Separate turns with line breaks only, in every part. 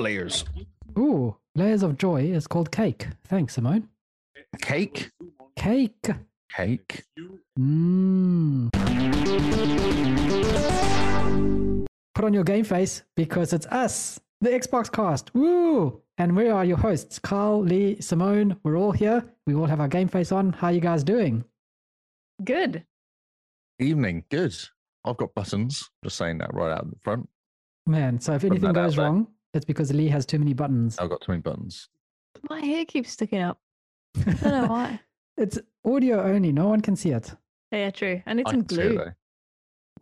layers.
Ooh, layers of joy is called cake. Thanks, Simone.
Cake.
Cake.
Cake.
Mmm. Put on your game face because it's us, the Xbox cast. Woo! And we are your hosts, Carl, Lee, Simone. We're all here. We all have our game face on. How you guys doing?
Good.
Evening. Good. I've got buttons. Just saying that right out the front.
Man, so if
Putting
anything
that out
goes
there.
wrong, it's because Lee has too many buttons.
I've got too many buttons.
My hair keeps sticking up. I don't know
Oh.
why.
it's audio only. No one can see it.
Yeah, true. I need
I
some
can see it
glue.
though.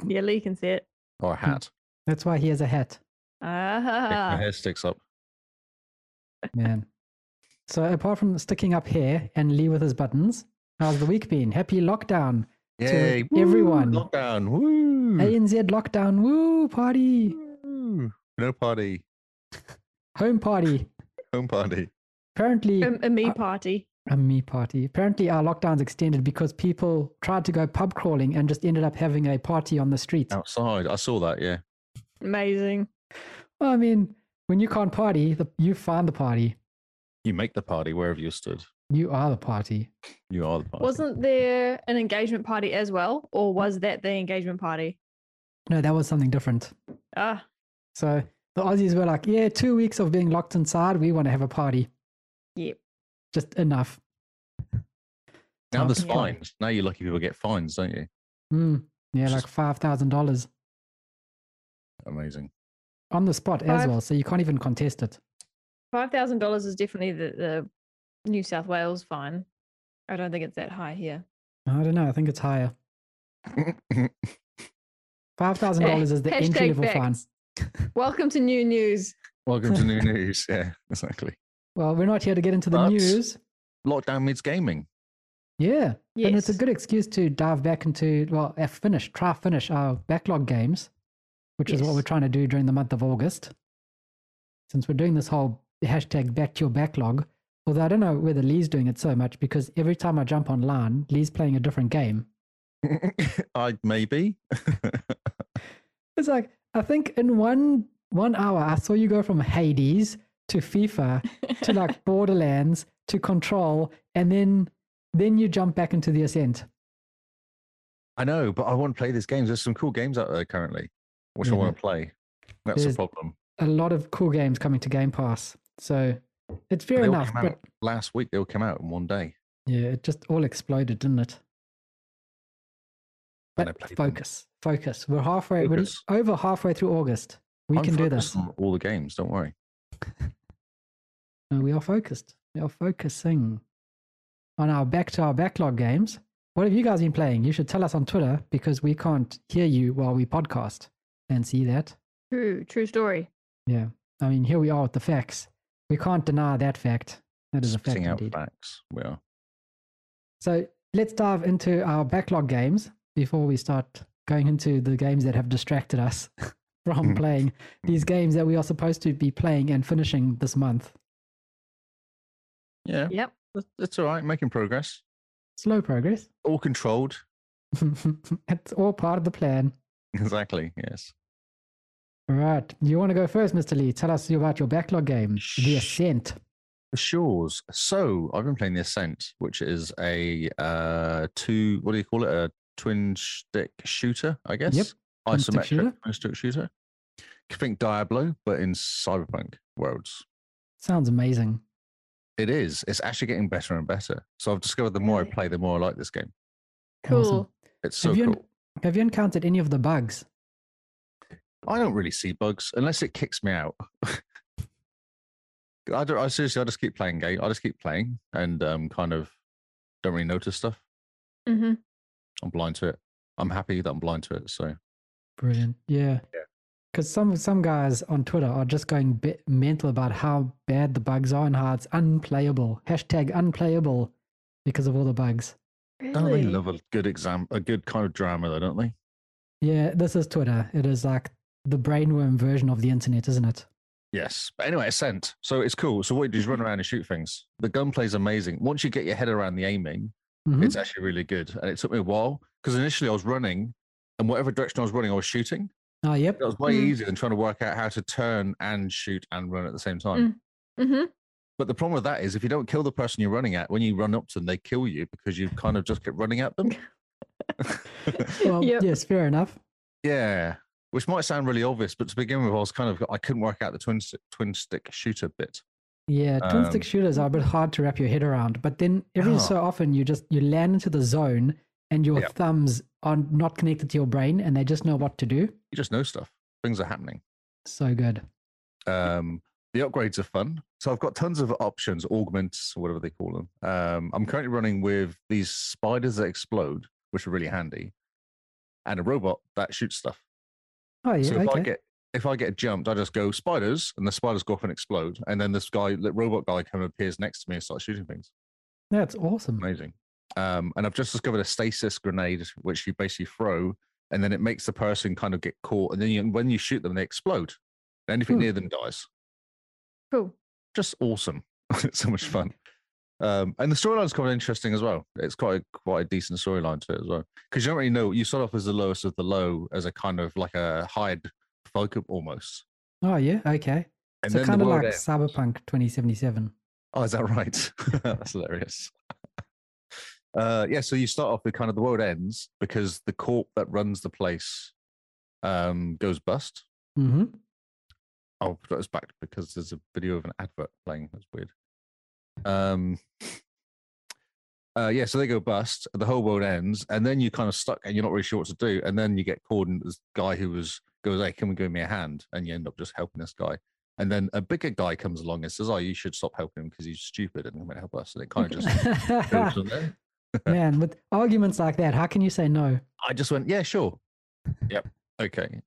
Yeah, Lee can see it.
Or a hat.
That's why he has a hat.
If My
Ah,
hair sticks up.
Man. So apart from sticking up here and Lee with his buttons, how's the week been? Happy lockdown.
Yay.
Woo, everyone.
Lockdown. Woo.
ANZ lockdown. Woo party.
Woo. No party.
Home party.
Home party.
Apparently
a, a me
I-
party.
a me party. Apparently our lockdown's extended because people tried to go pub crawling and just ended up having a party on the street.
Outside. I saw that. Yeah.
Amazing.
I mean, when you can't party, the, you find the party.
You make the party wherever you stood.
You are the party.
You are the party.
Wasn't there an engagement party as well, or was that the engagement party?
No, that was something different.
Ah,
So the Aussies were like, yeah, two weeks of being locked inside, we want to have a party.
Yep.
Just enough.
now there's
Yeah.
fines. Now you lucky people get fines, don't you?
Mm, yeah,
Which
like five thousand dollars
Amazing.
on the spot as
Five-
well, so you can't even contest it.
five thousand dollars is definitely the, the New South Wales fine. I don't think it's that high here.
I don't know. I think it's higher. Five thousand dollars is the
Hashtag
entry level fine.
facts. Welcome to new news.
Welcome to new news. Yeah, exactly.
Well, we're not here to get into the
But-
news.
Lockdown means gaming.
Yeah,
Yes.
and it's a good excuse to dive back into well, uh, finish, try finish our backlog games, which is what
Yes.
we're trying to do during the month of August. Since we're doing this whole hashtag back to your backlog, although I don't know whether Lee's doing it so much because every time I jump online, Lee's playing a different game.
I maybe.
It's like I think in one one hour I saw you go from Hades to FIFA to like Borderlands to Control, and then then you jump back into the Ascent.
I know, but I want to play these games. There's some cool games out there currently, which
Yeah,
I want to play. That's
Mm-hmm. there's-
the problem.
A lot of cool games coming to Game Pass, so it's fair
They all
enough.
came
But
out last week they all came out in one day.
yeah, it just all exploded, didn't it?
And I
But
played them.
focus, focus. We're halfway.
Focus.
We're over halfway through August. We
I'm
can do
focused
this.
on all the games. Don't worry.
No, we are focused. We are focusing on our back to our backlog games. What have you guys been playing? You should tell us on Twitter because we can't hear you while we podcast and see that.
true, true story.
Yeah. I mean, here we are with the facts. We can't deny that fact. That is a fact
Spitting out
indeed.
facts. Well,
So let's dive into our backlog games before we start going into the games that have distracted us from
Mhm.
playing these games that we are supposed to be playing and finishing this month.
yeah,
Yep.
that's, that's all right. Making progress.
Slow progress.
All controlled.
it's all part of the plan.
Exactly. Yes.
All right. You want to go first, Mr. Lee? Tell us about your backlog game, The
Shh.
Ascent.
The Shores. So I've been playing The Ascent, which is a uh two. What do you call it? A twin stick shooter, I guess.
Twin stick
Isometric
shooter.
twin stick shooter. Think Diablo, but in cyberpunk worlds.
Sounds amazing.
It is. It's actually getting better and better. So I've discovered the more I
Really?
play, the more I like this game.
Cool.
Awesome.
It's so
have, you en-
cool.
have you encountered any of the bugs?
I don't really see bugs unless it kicks me out. I don't. I seriously, I just keep playing game. I just keep playing and um, kind of don't really notice stuff.
hmm
I'm blind to it. I'm happy that I'm blind to it. So
Brilliant. Yeah.
Yeah.
Because some some guys on Twitter are just going bit mental about how bad the bugs are and how it's unplayable. Hashtag unplayable because of all the bugs.
don't
Really?
they love a good exam, a good kind of drama, though, don't they?
Yeah, this is Twitter. It is like the brainworm version of the internet, isn't it?
Yes. But anyway, Ascent. So it's cool. So what you do is run around and shoot things. The gunplay's amazing. Once you get your head around the aiming,
Mm-hmm.
Mhm.
it's actually really good. And it took me a while because initially I was running, and whatever direction I was running, I was shooting.
Oh, yep.
That was way
Mm.
easier than trying to work out how to turn and shoot and run at the same time.
Mm. Mm-hmm.
But the problem with that is if you don't kill the person you're running at, when you run up to them, they kill you because you kind of just kept running at them.
Well,
Yep.
yes, fair enough.
yeah. Which might sound really obvious, but to begin with, I was kind of I couldn't work out the twin st- twin stick shooter bit.
Yeah, twin stick
Um, Oh.
shooters are a bit hard to wrap your head around, but then every so often you just you land into the zone and your
Yeah.
thumbs are not connected to your brain and they just know what to do.
You just know stuff. Things are happening.
So good.
Um, the upgrades are fun. So I've got tons of options, augments, or whatever they call them. Um, I'm currently running with these spiders that explode, which are really handy, and a robot that shoots stuff.
Oh yeah,
so if I
okay.
get if I get jumped, I just go spiders, and the spiders go off and explode, and then this guy, the robot guy, kind of appears next to me and starts shooting things.
That's awesome.
Amazing. Um, and I've just discovered a stasis grenade, which you basically throw, and then it makes the person kind of get caught, and then you, when you shoot them, they explode. Anything
Hmm.
near them dies.
Cool.
Just awesome. it's so much fun. Um, and the storyline's quite interesting as well. It's quite a, quite a decent storyline to it as well, because you don't really know. You start off as the lowest of the low, as a kind of like a hired folk almost.
Oh yeah, okay.
And
so
then
kind
the
of
world
like
ends.
Cyberpunk 2077.
Oh, is that right? That's hilarious. Uh, yeah, so you start off with kind of the world ends because the corp that runs the place um, goes bust.
Mm-hmm.
I'll Oh, put us back because there's a video of an advert playing. That's weird. Um, uh, yeah, so they go bust. The whole world ends, and then you kind of stuck, and you're not really sure what to do. And then you get called, and this guy who was goes, "Hey, can we give me a hand?" And you end up just helping this guy. And then a bigger guy comes along and says, "Oh, you should stop helping him because he's stupid and he won't help us." And it kind of just goes from there.
Man, with arguments like that, how can you say no?
I just went, "Yeah, sure, yep, okay."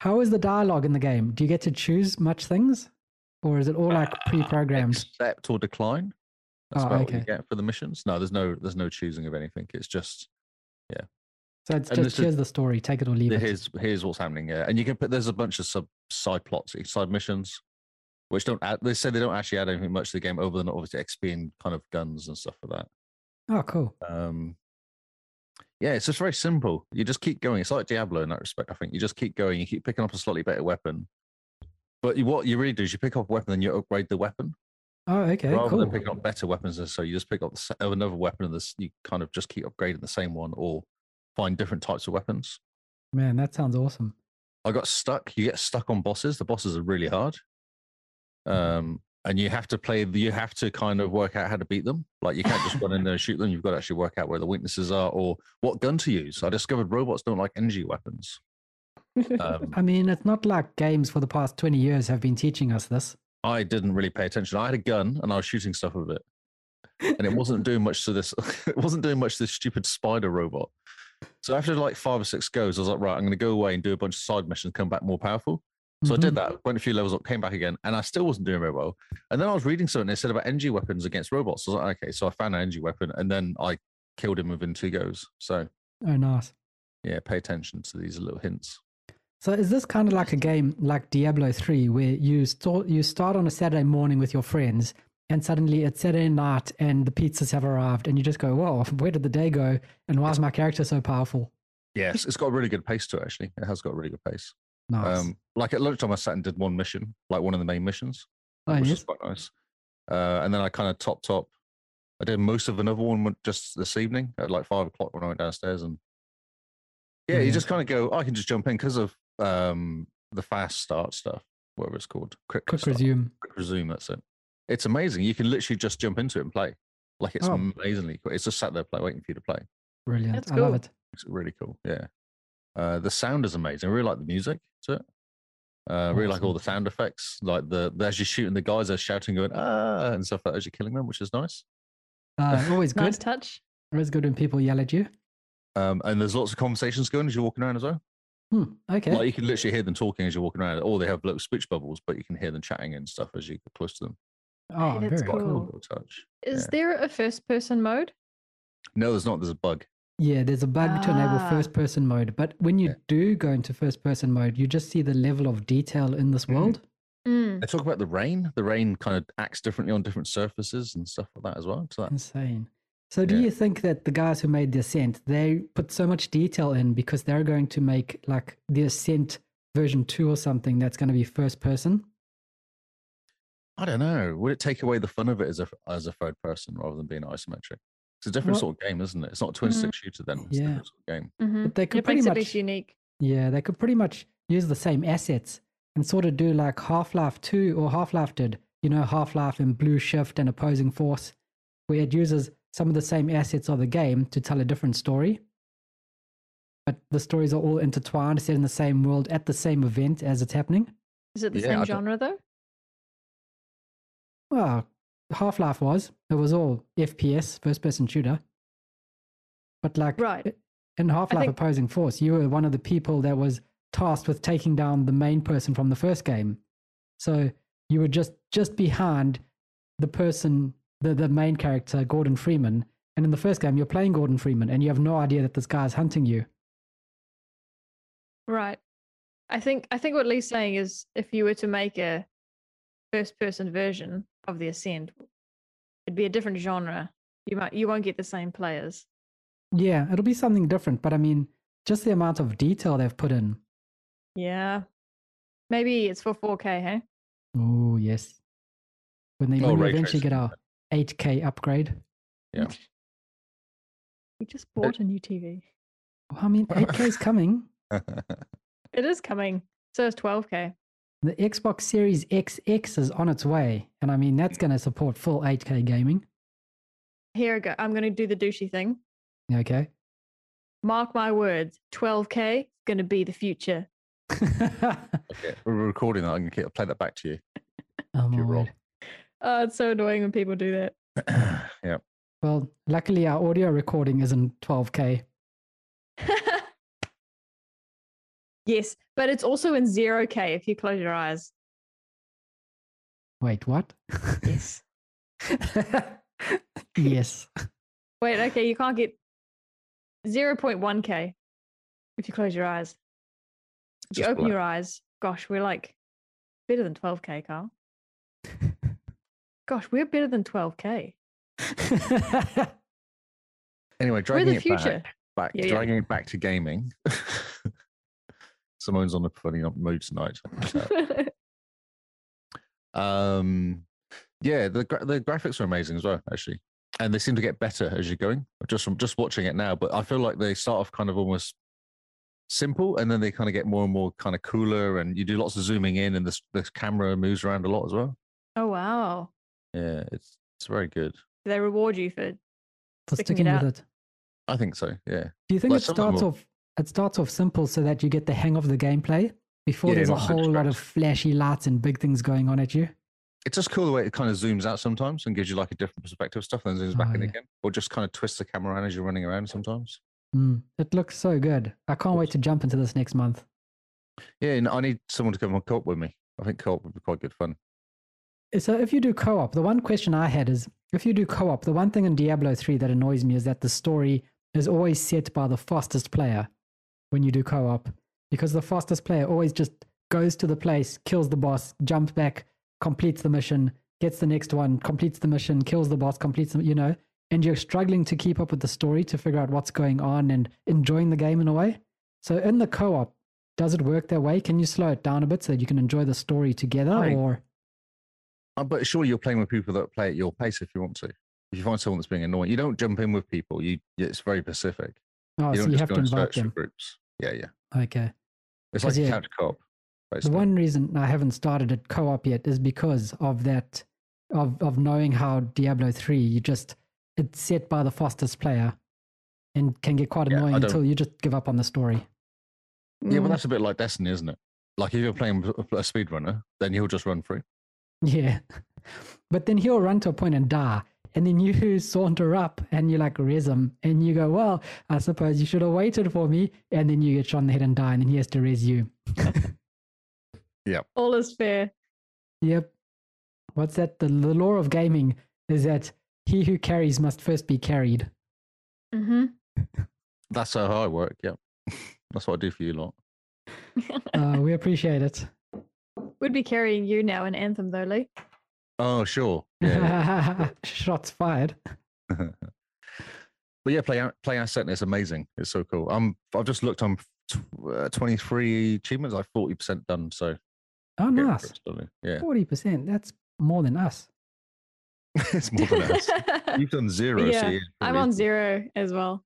How is the dialogue in the game? Do you get to choose much things? Or is it all
Ah,
like pre-programmed?
accept or decline. That's
Oh,
about what you
okay.
get for the missions. No, there's no there's no choosing of anything. It's just
So it's
and this
just
is-
here's the story, take it or leave
the,
it.
here's here's what's happening. Yeah, and you can put there's a bunch of sub side plots, side missions, which don't add. They say they don't actually add anything much to the game, other than obviously XP and kind of guns and stuff like
Oh, cool.
that. Um, yeah, it's just very simple. You just keep going. It's like Diablo in that respect. I think you just keep going. You keep picking up a slightly better weapon. But you, what you really do is you pick up a weapon and you upgrade the weapon.
Oh, okay,
rather
cool.
than picking up better weapons, and so you just pick up the s- uh, another weapon, and this you kind of just keep upgrading the same one or find different types of weapons.
Man, that sounds awesome.
I got stuck. You get stuck on bosses. The bosses are really hard, um, and you have to play. You have to kind of work out how to beat them. Like you can't just run in there and shoot them. You've got to actually work out where the weaknesses are or what gun to use. I discovered robots don't like energy weapons. Um,
I mean, it's not like games for the past 20 years have been teaching us this.
I didn't really pay attention. I had a gun and I was shooting stuff with it. And it wasn't doing much to this it wasn't doing much to this stupid spider robot. So after like five or six goes, I was like, right, I'm gonna go away and do a bunch of side missions, come back more powerful. So I did
Mhm.
that, went a few levels up, came back again, and I still wasn't doing very well. And then I was reading something they said about energy weapons against robots. I was like, okay, so I found an energy weapon and then I killed him within two goes. So
Oh, nice.
yeah, pay attention to these little hints.
So is this kind of like a game like Diablo 3 where you start you start on a Saturday morning with your friends and suddenly it's Saturday night and the pizzas have arrived and you just go, "Whoa, where did the day go? And why is my character so powerful?"
Yes, it's got a really good pace to it actually. It has got a really good pace.
Nice.
Um, like at lunchtime, I sat and did one mission, like one of the main missions,
Oh,
which
yes?
is quite nice. Uh, and then I kind of topped up. I did most of another one with- just this evening at like five o'clock when I went downstairs. And yeah, you
Brilliant.
just kind of go, "Oh, I can just jump in because of um, the fast start stuff, whatever it's called. Quick,
Quick
start-
resume.
Quick resume, that's it. It's amazing. You can literally just jump into it and play. Like it's
Oh.
amazingly cool. It's just sat there play, waiting for you to play.
Brilliant.
That's
I love
cool.
it.
It's really cool. Yeah. Uh, the sound is amazing. I really like the music to it. Uh, I really like all
Awesome.
the sound effects, like the the- as you're shooting the guys, they're shouting, going ah, and stuff like that as you're killing them, which is nice.
Uh, always good.
nice touch.
Always good when people yell at you.
Um, and there's lots of conversations going as you're walking around as well.
Hmm, okay.
Like you can literally hear them talking as you're walking around, or they have little speech bubbles, but you can hear them chatting and stuff as you get close to them.
oh,
Hey, that's
very
Quite a
cool.
cool little
Cool.
touch.
Is
Yeah.
there a first person mode?
No, there's not. There's a bug.
Yeah, there's a bug to enable
Ah.
first person mode, but when you
Yeah.
do go into first person mode, you just see the level of detail in this
Mhm.
world.
Mm.
They talk about the rain. The rain kind of acts differently on different surfaces and stuff like that as well. So that
Insane. So do
Yeah.
you think that the guys who made the ascent, they put so much detail in because they're going to make like the ascent version two or something that's going to be first person?
I don't know. Would it take away the fun of it as a as a third person rather than being isometric? It's a different
Well-
sort of game, isn't it? It's not a twin
Mm.
stick shooter then. It's a
Yeah.
different sort of game.
Mm-hmm.
But they could
It
pretty
makes it
much
less unique.
Yeah, they could pretty much use the same assets and sort of do like Half Life 2 or Half Life did, you know, Half Life and Blue Shift and Opposing Force, where it uses some of the same assets of the game to tell a different story. But the stories are all intertwined, set in the same world at the same event as it's happening.
Is it the
Yeah, I
same
don't-
genre though?
Well, Half Life was, it was all FPS, first person shooter. But like
Right.
i- in Half Life
think-
Opposing Force, you were one of the people that was tasked with taking down the main person from the first game. So you were just just behind the person, the, the main character, Gordon Freeman. And in the first game, you're playing Gordon Freeman and you have no idea that this guy's hunting you.
Right. I think I think what Lee's saying is if you were to make a first person version of the Ascend, it'd be a different genre. You might you won't get the same players.
Yeah, it'll be something different. But I mean, just the amount of detail they've put in.
Yeah. Maybe it's for 4K, hey?
Oh, yes. When they
Oh,
when we
ray
eventually
tracing.
get our 8K upgrade.
We just
Uh,
bought a new TV.
Well, I mean, 8K is coming.
It is coming. So is 12K.
The Xbox Series XX is on its way, and I mean that's going to support full 8K gaming.
Here I go. I'm gonna do the douchey thing.
Okay.
Mark my words, 12K is gonna be the future.
okay, we're recording that. I'm gonna ke- play that back to you.
oh my
You're wrong.
word.
Oh, it's so annoying when people do that.
yeah,
Well, luckily our audio recording is in 12K.
yes, but it's also in 0K if you close your eyes.
Wait, what?
Yes.
yes.
Wait, okay, you can't get 0.1K if you close your eyes. If you
Just
open
black.
your eyes, gosh, we're like better than 12K, Carl. gosh, we're better than 12K.
Anyway,
We're
dragging
the
it back,
future.
back
Yeah, yeah.
dragging it back to gaming. Simone's on a funny mood tonight. Um, yeah, the gra- the graphics are amazing as well, actually, and they seem to get better as you're going. Just from just watching it now, but I feel like they start off kind of almost simple, and then they kind of get more and more kind of cooler, and you do lots of zooming in, and the the camera moves around a lot as well.
oh, wow.
Yeah, it's it's very good.
Do They reward you for
For
Sticking
sticking
it out.
with it.
I think so. Yeah,
Do you think
Like
it
some of them
starts
will-
off it starts off simple so that you get the hang of the gameplay before
Yeah,
there's a
not so
whole lot of flashy lights and big things going on at you?
it's just cool the way it kind of zooms out sometimes and gives you like a different perspective of stuff, and then zooms back
Oh,
in
yeah.
again, or just kind of twists the camera around as you're running around sometimes.
Mm, it looks so good. I can't wait to jump into this next month.
Yeah, and I need someone to come on co-op with me. I think co-op would be quite good fun.
So if you do co-op, the one question I had is if you do co-op, the one thing in Diablo 3 that annoys me is that the story is always set by the fastest player when you do co-op because the fastest player always just goes to the place, kills the boss, jumps back, completes the mission, gets the next one, completes the mission, kills the boss, completes the, you know, and you're struggling to keep up with the story to figure out what's going on and enjoying the game in a way. So in the co-op, does it work that way? Can you slow it down a bit so that you can enjoy the story together
I-
or
Uh, But surely you're playing with people that play at your pace if you want to. If you find someone that's being annoying, you don't jump in with people. You it's very specific.
Oh,
you
so
don't
you
just
have
go
to
and
invite
search for
them.
groups. Yeah, yeah.
Okay.
It's
'Cause,
like a
yeah,
couch co-op.
The
Basically.
one reason I haven't started at co-op yet is because of that, of of knowing how Diablo three you just it's set by the fastest player, and can get quite
Yeah, I
annoying
don't-
until you just give up on the story.
Yeah, but
Mm.
that's a bit like Destiny, isn't it? Like if you're playing with a speedrunner, then he'll just run through.
Yeah, but then he'll run to a point and die, and then you saunter up and you like res him, and you go, "Well, I suppose you should have waited for me," and then you get shot in the head and die, and then he has to res you.
all is fair.
Yep. What's that? The, the law of gaming is that he who carries must first be carried.
Mm-hmm.
hmm
That's how I work. Yeah, that's what I do for you lot.
Uh, we appreciate it.
We'd be carrying you now in Anthem, though, Lee.
Oh, sure. Yeah. yeah.
Shots fired.
But yeah, play play asset is amazing. It's so cool. I'm I've just looked. I'm tw- uh, 23 achievements. I'm 40 percent done. So
Oh,
getting
nice.
close, don't we? yeah,
Forty percent. That's more than us.
it's more than us. You've done zero. so
Yeah,
yeah,
I'm
probably-
on zero as well.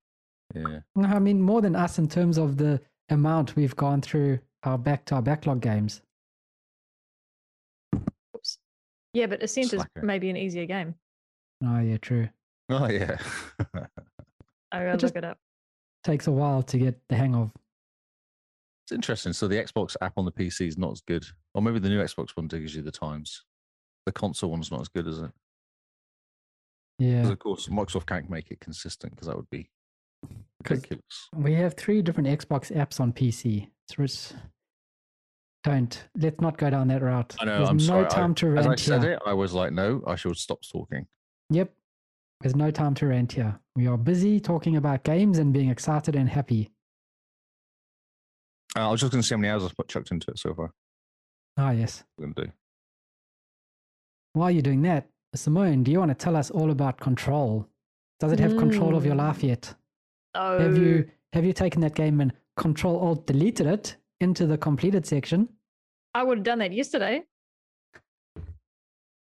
Yeah,
No, I mean more than us in terms of the amount we've gone through our back to our backlog games.
Oops. Yeah, but Ascent
Slacker.
is maybe an easier game.
Oh yeah, true.
oh yeah.
I gotta
just-
look it up.
Takes a while to get the hang of.
it's interesting. So the Xbox app on the PC is not as good, or maybe the new Xbox one gives you the times. The console one's not as good, is it? Because
Yeah,
of course Microsoft can't make it consistent because that would be
'Cause-
ridiculous.
we have three different Xbox apps on PC. It's ris- don't let's not go down that route.
I know,
There's
I'm
no
sorry, I-
time to
As I
rant
said
here.
it, I was like, no, I should stop talking.
Yep, there's no time to rant here. We are busy talking about games and being excited and happy.
Uh, I was just going to see how many hours I've put chucked into it so far.
Ah yes.
We're going to do.
While you're doing that, Simone, do you want to tell us all about control? Does it have control of your
Mm.
life yet?
Oh,
Have you have you taken that game and Control Alt deleted it into the completed section?
I would have done that yesterday,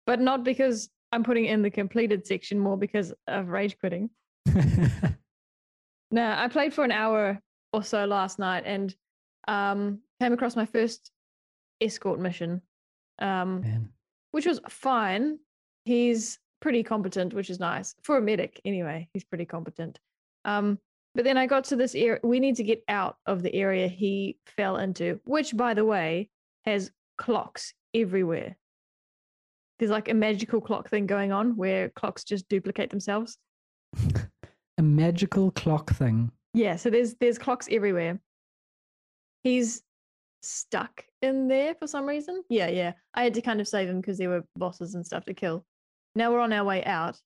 but not because I'm putting in the completed section more because of rage quitting. No, I played for an hour or so last night and um, came across my first escort mission, um,
Man,
which was fine. He's pretty competent, which is nice for a medic. Anyway, he's pretty competent. Um, but then I got to this area. We need to get out of the area he fell into, which, by the way, has clocks everywhere. There's like a magical clock thing going on where clocks just duplicate themselves.
a magical clock thing.
Yeah, so there's there's clocks everywhere. He's stuck in there for some reason. Yeah, yeah. I had to kind of save him because there were bosses and stuff to kill. Now we're on our way out,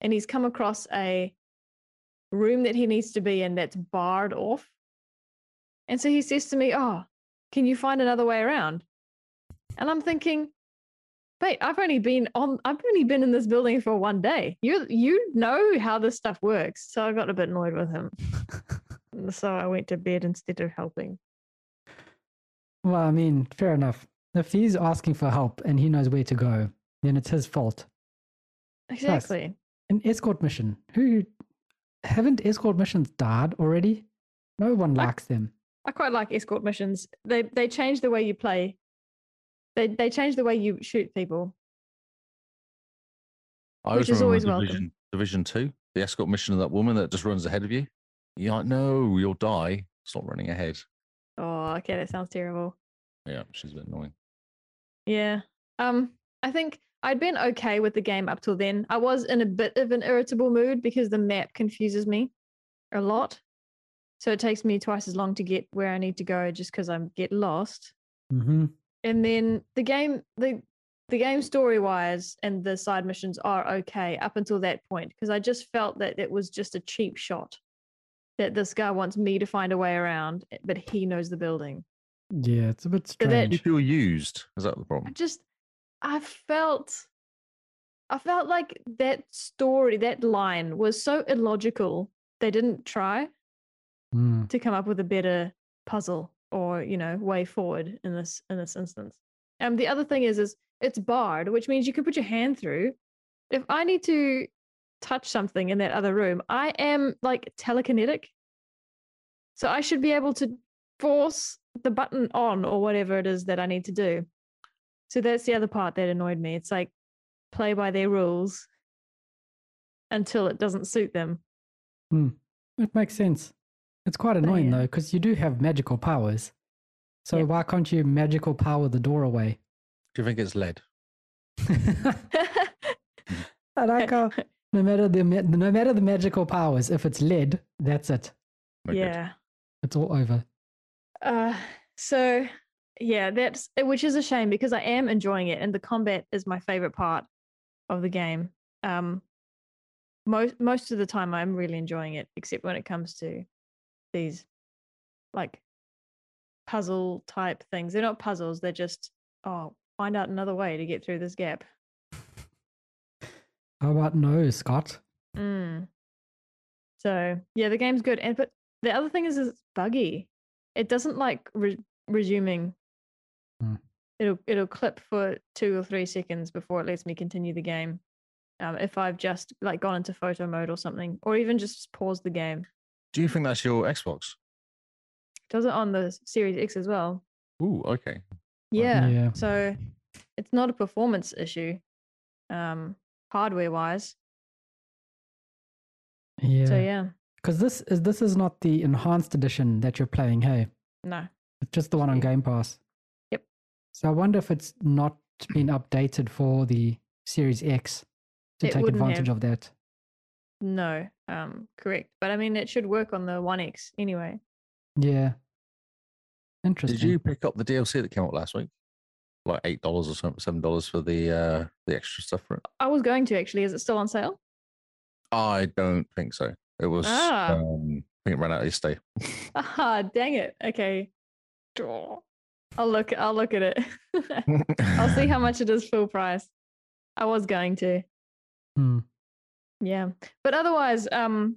and he's come across a room that he needs to be in that's barred off. And so he says to me, "Oh, can you find another way around?" And I'm thinking, "Mate, I've only been on. I've only been in this building for one day. You you know how this stuff works." So I got a bit annoyed with him. So I went to bed instead of helping.
Well, I mean, fair enough. If he's asking for help and he knows where to go, then it's his fault.
Exactly.
An escort mission. Who haven't escort missions died already? No one
I-
likes them.
I quite like escort missions. They they change the way you play. They they change the way you shoot people.
I
Which
always
is
remember
always welcome.
Division, Division 2, the escort mission of that woman that just runs ahead of you. You're like, no, you'll die. It's not running ahead.
Oh, okay, that sounds terrible.
Yeah, she's a bit annoying.
Yeah. Um, I think I'd been okay with the game up till then. I was in a bit of an irritable mood because the map confuses me a lot. So it takes me twice as long to get where I need to go just because I get lost.
Mm-hmm.
and then the game the the game story wise and the side missions are okay up until that point because i just felt that it was just a cheap shot that this guy wants me to find a way around eh, but he knows the building
Yeah, it's a bit
So that-
You
strange.
feel used. Is that the
i
problem?
just i felt i felt like that story that line was so illogical they didn't try
Mm.
to come up with a better puzzle or you know way forward in this in this instance um the other thing is is it's barred which means you can put your hand through if i need to touch something in that other room i am like telekinetic so i should be able to force the button on or whatever it is that i need to do so that's the other part that annoyed me it's like play by their rules until it doesn't suit them
It makes sense. It's quite annoying
yeah.
though, because you do have magical powers. So
Yep.
why can't you magical power the door away?
Do you think it's lead?
I like how no matter the ma- no matter the magical powers, if it's lead, that's it.
No good.
yeah
It's all over.
Uh, so yeah, that's eh, which is a shame because I am enjoying it, and the combat is my favorite part of the game. Um, most most of the time, I'm really enjoying it, except when it comes to these like puzzle type things. They're not puzzles; they're just oh, find out another way to get through this gap.
Oh, How about no, Scott?
Mm. So yeah, the game's good. And but the other thing is, is it's buggy. It doesn't like re- resuming.
Hmm.
It'll it'll clip for two or three seconds before it lets me continue the game. Um, if I've just like gone into photo mode or something, or even just paused the game.
Do you think that's your Xbox?
Does it on the Series X as well?
Ooh, okay.
Yeah.
Yeah.
So it's not a performance issue, um, hardware wise.
Yeah.
So yeah,
Because this is this is not the enhanced edition that you're playing, hey?
no.
It's just the one on
Yeah.
Game Pass.
Yep.
So I wonder if it's not been updated for the Series X to
It
take
wouldn't
advantage
have.
of that.
No, um, correct. But I mean, it should work on the One X anyway.
Yeah. Interesting.
Did you pick up the DLC that came out last week? Like eight dollars or something, seven dollars for the uh the extra stuff for it.
I was going to actually. Is it still on sale?
I don't think so. It was
Ah.
um I think it ran out yesterday.
Ah, dang it. Okay. Draw. I'll look. I'll look at it. I'll see how much it is full price. I was going to.
Hmm.
Yeah, but otherwise, um,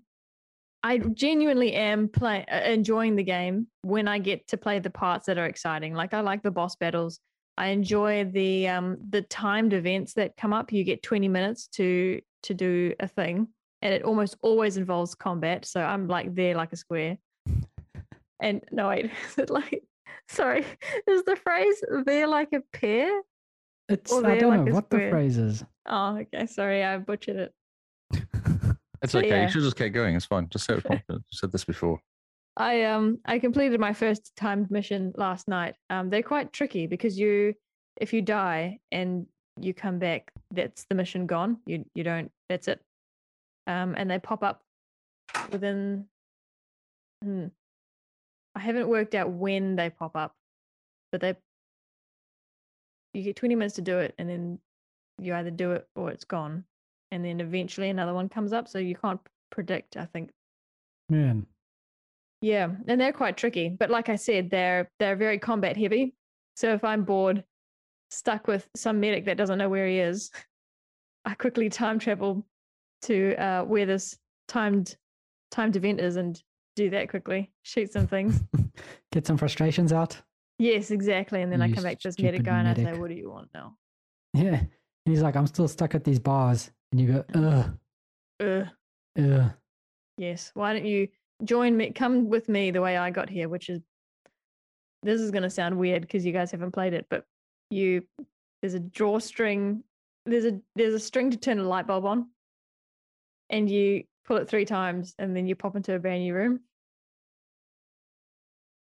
I genuinely am play- uh, enjoying the game when I get to play the parts that are exciting. Like I like the boss battles. I enjoy the um the timed events that come up. You get twenty minutes to to do a thing, and it almost always involves combat. So I'm like there like a square. And no wait, is it like sorry, is the phrase there like a pear?
It's
Or
I
they
don't
like
know
a
what the
square.
phrase is.
Oh, okay, sorry, I butchered it.
It's
So,
okay.
yeah.
You should just keep going. It's fine. Just say it with confidence. You said this before.
I um I completed my first timed mission last night. Um, they're quite tricky because you, if you die and you come back, that's the mission gone. You you don't. That's it. Um, and they pop up within. Hmm. I haven't worked out when they pop up, but they. You get twenty minutes to do it, and then you either do it or it's gone, and then eventually another one comes up. So you can't predict. I think
Man.
yeah, and they're quite tricky. But like I said, they're they're very combat heavy. So if I'm bored, stuck with some medic that doesn't know where he is, I quickly time travel to uh, where this timed timed event is and do that quickly, shoot some things.
Get some frustrations out.
yes, exactly. And then I
You
come back to this
stupid
medic guy and I say,
medic.
"What do you want now?"
Yeah. And he's like, I'm still stuck at these bars. And you go, ugh,
Ugh.
ugh.
Yes. Why don't you join me? Come with me the way I got here, which is this is going to sound weird because you guys haven't played it, but you there's a drawstring, there's a there's a string to turn a light bulb on, and you pull it three times, and then you pop into a brand new room.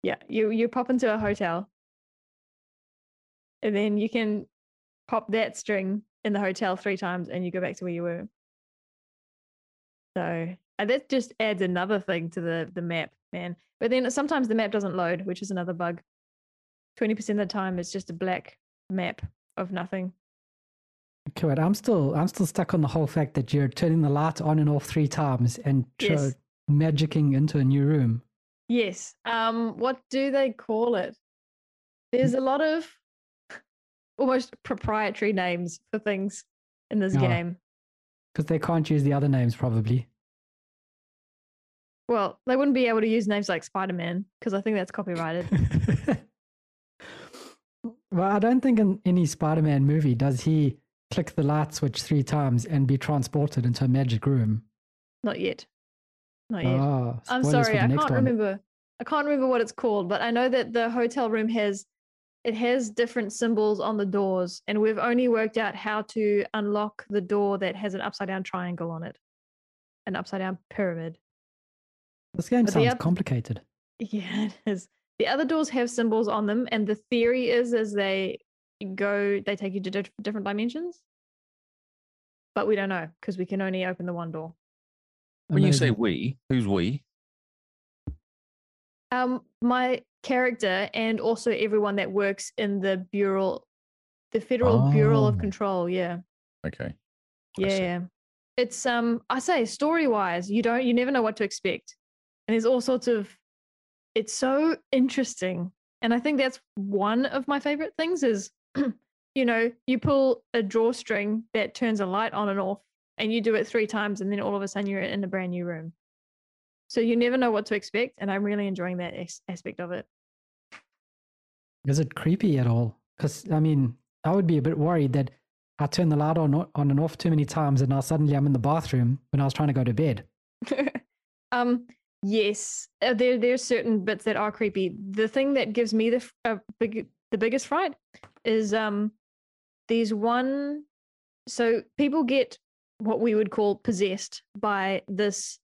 Yeah, you you pop into a hotel, and then you can pop that string in the hotel three times, and you go back to where you were. So uh, that just adds another thing to the the map, man. But then sometimes the map doesn't load, which is another bug. Twenty percent of the time, it's just a black map of nothing.
Correct. I'm still I'm still stuck on the whole fact that you're turning the light on and off three times and tr-
Yes.
magicking into a new room.
Yes. Um. What do they call it? There's a lot of almost proprietary names for things in this
Yeah.
game.
Because they can't use the other names probably.
Well, they wouldn't be able to use names like Spider Man because I think that's copyrighted.
well, I don't think in any Spider Man movie does he click the light switch three times and be transported into a magic room.
Not yet. Not yet.
Ah,
I'm
spoilers for
sorry,
the
I
next
can't
one.
remember. I can't remember what it's called, but I know that the hotel room has it has different symbols on the doors, and we've only worked out how to unlock the door that has an upside down triangle on it, an upside down pyramid.
This game
But the
sounds
oth-
complicated.
Yeah, it is. The other doors have symbols on them, and the theory is as they go, they take you to dif- different dimensions. But we don't know because we can only open the one door.
When you say
Amazing.
we, who's we?
um my character and also everyone that works in the bureau the federal bureau of
Oh.
control yeah
Okay. I
yeah,
see.
yeah it's um i say story wise you don't you never know what to expect and there's all sorts of it's so interesting and i think that's one of my favorite things is you know you pull a drawstring that turns a light on and off and you do it three times and then all of a sudden you're in a brand new room So you never know what to expect, and I'm really enjoying that as- aspect of it.
Is it creepy at all? Because I mean, I would be a bit worried that I turned the light on o- on and off too many times, and now suddenly I'm in the bathroom when I was trying to go to bed.
um, yes, uh, there there's certain bits that are creepy. The thing that gives me the f- uh, big, the biggest fright is um, there's one. So people get what we would call possessed by this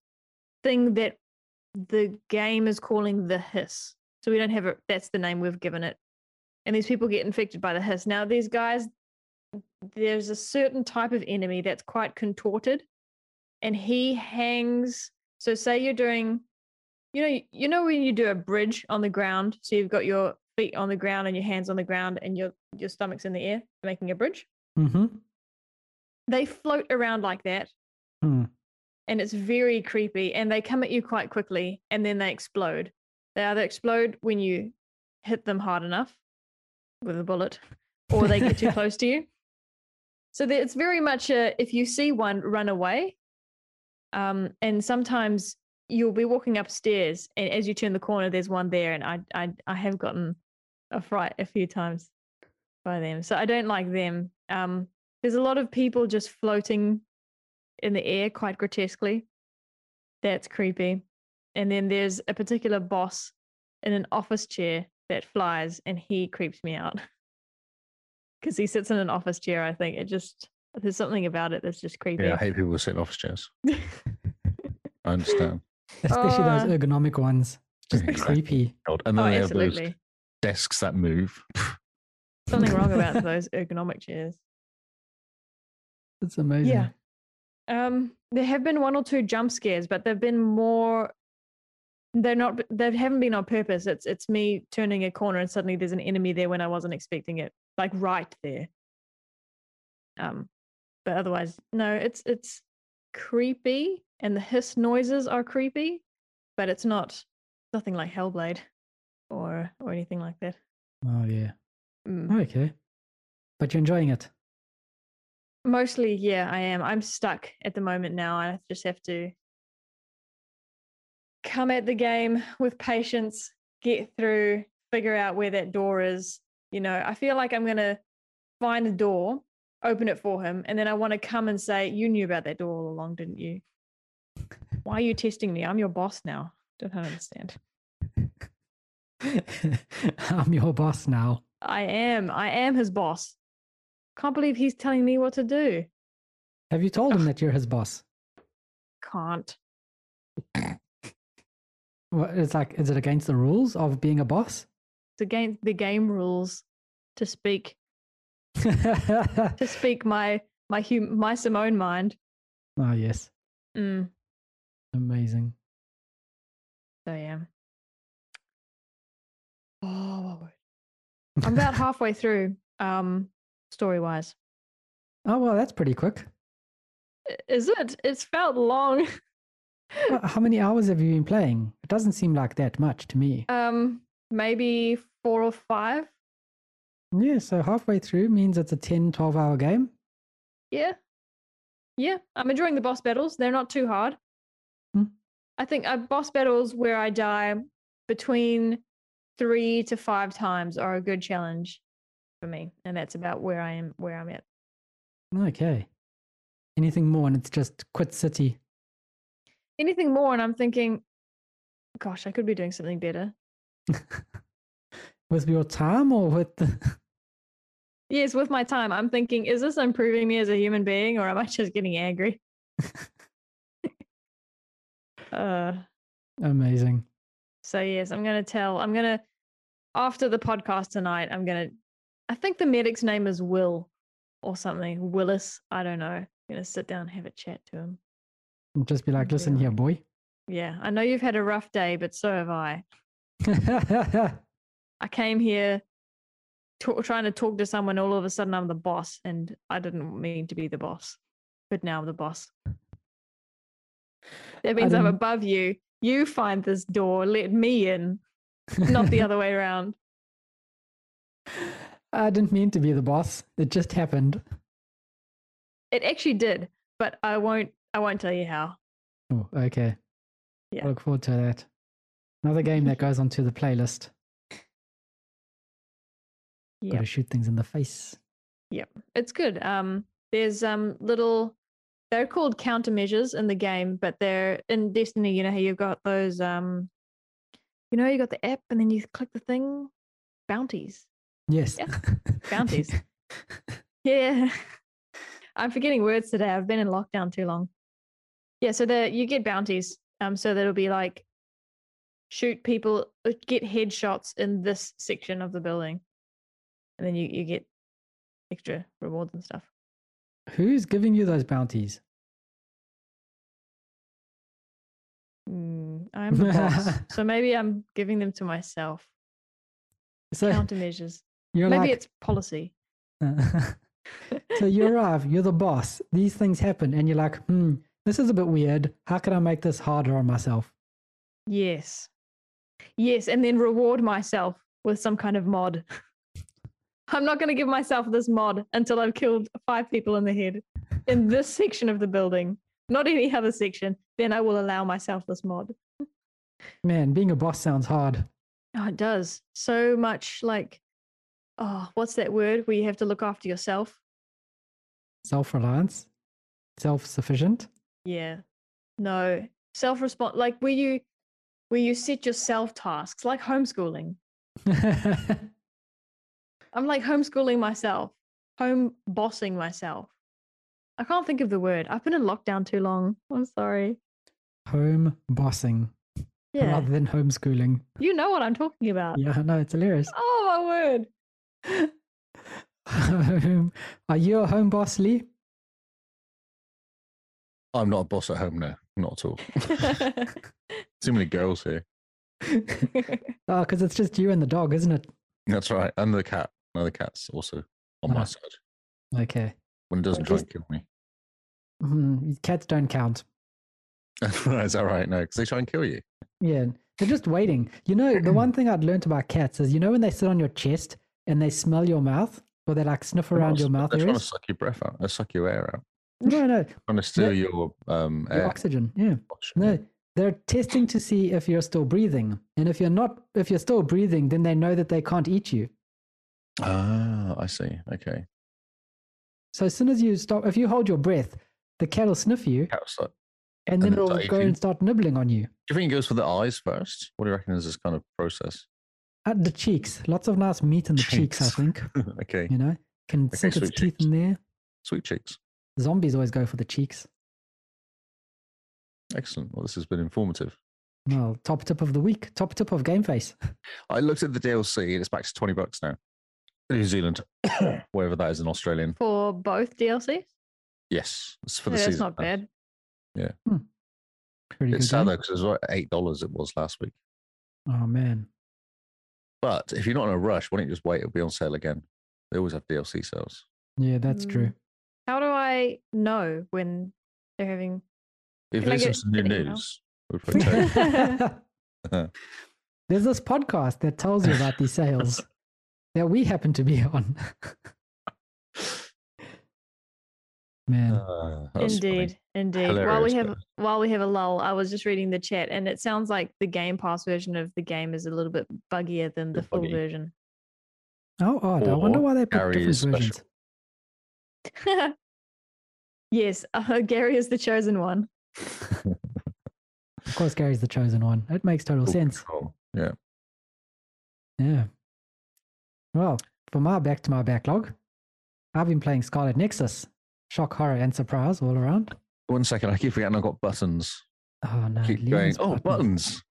thing that the game is calling the hiss. So we don't have it. That's the name we've given it. And these people get infected by the hiss. Now these guys, there's a certain type of enemy that's quite contorted, and he hangs so say you're doing, you know, you know when you do a bridge on the ground, so you've got your feet on the ground and your hands on the ground and your your stomach's in the air, making a bridge.
Mm-hmm.
They float around like that,
Hmm.
and it's very creepy. And they come at you quite quickly, and then they explode. They either explode when you hit them hard enough with a bullet, or they get too close to you. So there, it's very much a if you see one, run away. Um, and sometimes you'll be walking upstairs, and as you turn the corner, there's one there, and I I I have gotten a fright a few times by them. So I don't like them. Um, there's a lot of people just floating in the air quite grotesquely. That's creepy. And then there's a particular boss in an office chair that flies, and he creeps me out because he sits in an office chair. I think it just there's something about it that's just creepy.
Yeah, I hate people who sit in office chairs. I understand.
Especially
Uh,
those ergonomic ones. Just
Exactly.
creepy.
And
oh,
then they have those
absolutely.
desks that move.
Something wrong about those ergonomic chairs.
It's amazing.
Um, there have been one or two jump scares, but they've been more. They're not. They haven't been on purpose. It's it's me turning a corner and suddenly there's an enemy there when I wasn't expecting it, like right there. Um, but otherwise, no. It's it's creepy, and the hiss noises are creepy, but it's not nothing like Hellblade, or or anything like that.
Oh yeah.
Mm.
Okay. But you're enjoying it.
Mostly, yeah, I am. I'm stuck at the moment now. I just have to come at the game with patience, get through, figure out where that door is. You know, I feel like I'm going to find a door, open it for him, and then I want to come and say, You knew about that door all along, didn't you? Why are you testing me? I'm your boss now. Don't understand.
I'm your boss now.
I am. I am his boss. Can't believe he's telling me what to do.
Have you told him that you're his boss?
Can't.
What, it's like, is it against the rules of being a boss?
It's against the game rules to speak
oh
to speak my my hum- my Simone mind.
yes,
Mm.
amazing.
So yeah. Oh, what were- I'm about halfway through. Um, story wise,
Oh well, that's pretty quick.
is it? It's felt long.
Uh, How many hours have you been playing? It doesn't seem like that much to me.
Um, maybe four or five.
yeah, so halfway through means it's a 10, 12 hour game.
Yeah, yeah. I'm enjoying the boss battles. They're not too hard.
Hmm.
I think uh, boss battles where I die between three to five times are a good challenge for me, and that's about where I am. Where I'm at.
Okay. Anything more, and it's just quit city.
anything more and I'm thinking, gosh, I could be doing something better.
With your time or with the.
Yes, with my time, I'm thinking, is this improving me as a human being or am I just getting angry? uh,
amazing.
so, yes, I'm going to tell, I'm going to, after the podcast tonight, I'm going to, I think the medic's name is Will or something, Willis. I don't know. I'm going to sit down and have a chat to him.
And just be like,
Okay,
listen here, boy.
Yeah, I know you've had a rough day, but so have I. I came here ta- trying to talk to someone. All of a sudden, I'm the boss, and I didn't mean to be the boss, but now I'm the boss. That means I'm
didn't-
above you. You find this door, let me in, not the other way around.
I didn't mean to be the boss. It just happened.
It actually did, but I won't. I won't tell you how.
Oh, okay.
Yeah.
I look forward to that. Another game that goes onto the playlist. Got
Yeah.
to shoot things in the face.
It's good. Um, there's um little, they're called countermeasures in the game, but they're in Destiny. You know how you've got those um, you know how you got the app and then you click the thing, bounties.
Yes.
Yeah. Bounties. Yeah. I'm forgetting words today. I've been in lockdown too long. Yeah, so the you get bounties. Um, so that'll be like shoot people, uh, get headshots in this section of the building, and then you you get extra rewards and stuff.
Who's giving you those bounties?
Mm, I'm the boss, so maybe I'm giving them to myself.
So
Countermeasures.
you're
maybe
like,
it's policy.
so you arrive, you're the boss. These things happen, and you're like, hmm, this is a bit weird. How can I make this harder on myself?
Yes. Yes, and then reward myself with some kind of mod. I'm not going to give myself this mod until I've killed five people in the head in this section of the building, not any other section. Then I will allow myself this mod.
Man, being a boss sounds hard.
Oh, it does. So much like, oh, what's that word where you have to look after yourself?
Self reliance, self sufficient.
Yeah. No. Self respond like where you where you set yourself tasks like homeschooling. I'm like homeschooling myself, home bossing myself. I can't think of the word. I've been in lockdown too long. I'm sorry.
Home bossing
Yeah. Uh,
rather than homeschooling.
You know what I'm talking about.
Yeah, I know, it's hilarious.
Oh, my word.
Home- Are you a home boss, Lee?
I'm not a boss at home now, not at all. Too many girls here.
Oh, because it's just you and the dog, isn't it?
That's right. And the cat. Another cat's also on my
Ah.
side
Okay.
when it doesn't try and kill me.
Mm, cats don't count.
Is that right? No, because they try and kill you.
Yeah, they're just waiting. You know, the one thing I'd learnt about cats is you know when they sit on your chest and they smell your mouth, or they like sniff
They're
around
not-
your mouth
They're trying to
areas.
suck your breath out. They suck your air out.
No, no,
Trying to steal your um
your
air.
oxygen. Yeah,
oxygen.
no, they're testing to see if you're still breathing, and if you're not, if you're still breathing, then they know that they can't eat you.
Ah, I see. Okay.
So as soon as you stop, if you hold your breath, the cat will sniff you,
Cat suck.
and then
And they'll
it'll
eat
go
you.
and start nibbling on you.
Do you think it goes for the eyes first? What do you reckon is this kind of process?
At the cheeks, lots of nice meat in the cheeks. I
Cheeks.
think
okay.
you know can
Okay,
sink its
sweet
teeth
cheeks.
in there.
Sweet cheeks.
Zombies always go for the cheeks.
Excellent. Well, this has been informative.
Well, top tip of the week, top tip of Game Face.
I looked at the DLC and it's back to 20 bucks now. New Zealand, wherever that is in Australian.
For both DLCs?
Yes, it's for
No,
the
that's
season.
not
pass.
bad.
It's
Pretty good. eh?
sad
game.
though because it was like eight dollars it was last week.
Oh man,
But if you're not in a rush, why don't you just wait? It'll be on sale again. They always have DLC sales.
yeah, that's true.
How do I know when they're having
If
Can I
there's
get
some new
an email?
news, we'll probably tell you.
There's this podcast that tells you about these sales that we happen to be on. man,
Ah, that's funny.
Indeed, indeed. while
Hilarious,
we have
though.
while we have a lull, I was just reading the chat, and it sounds like the Game Pass version of the game is a little bit buggier than the
Bit
full
buggy.
version.
oh odd. I wonder
Or
why they put
Gary
different
is special.
versions.
yes, uh, Gary is the chosen one.
Of course, Gary's the chosen one. It makes total
Full
sense.
control. Yeah.
Yeah. Well, for my back to my backlog, I've been playing Scarlet Nexus. Shock, horror, and surprise all around.
One second, I keep forgetting I've got buttons.
Oh no!
keep going.
Leon's
Oh, buttons.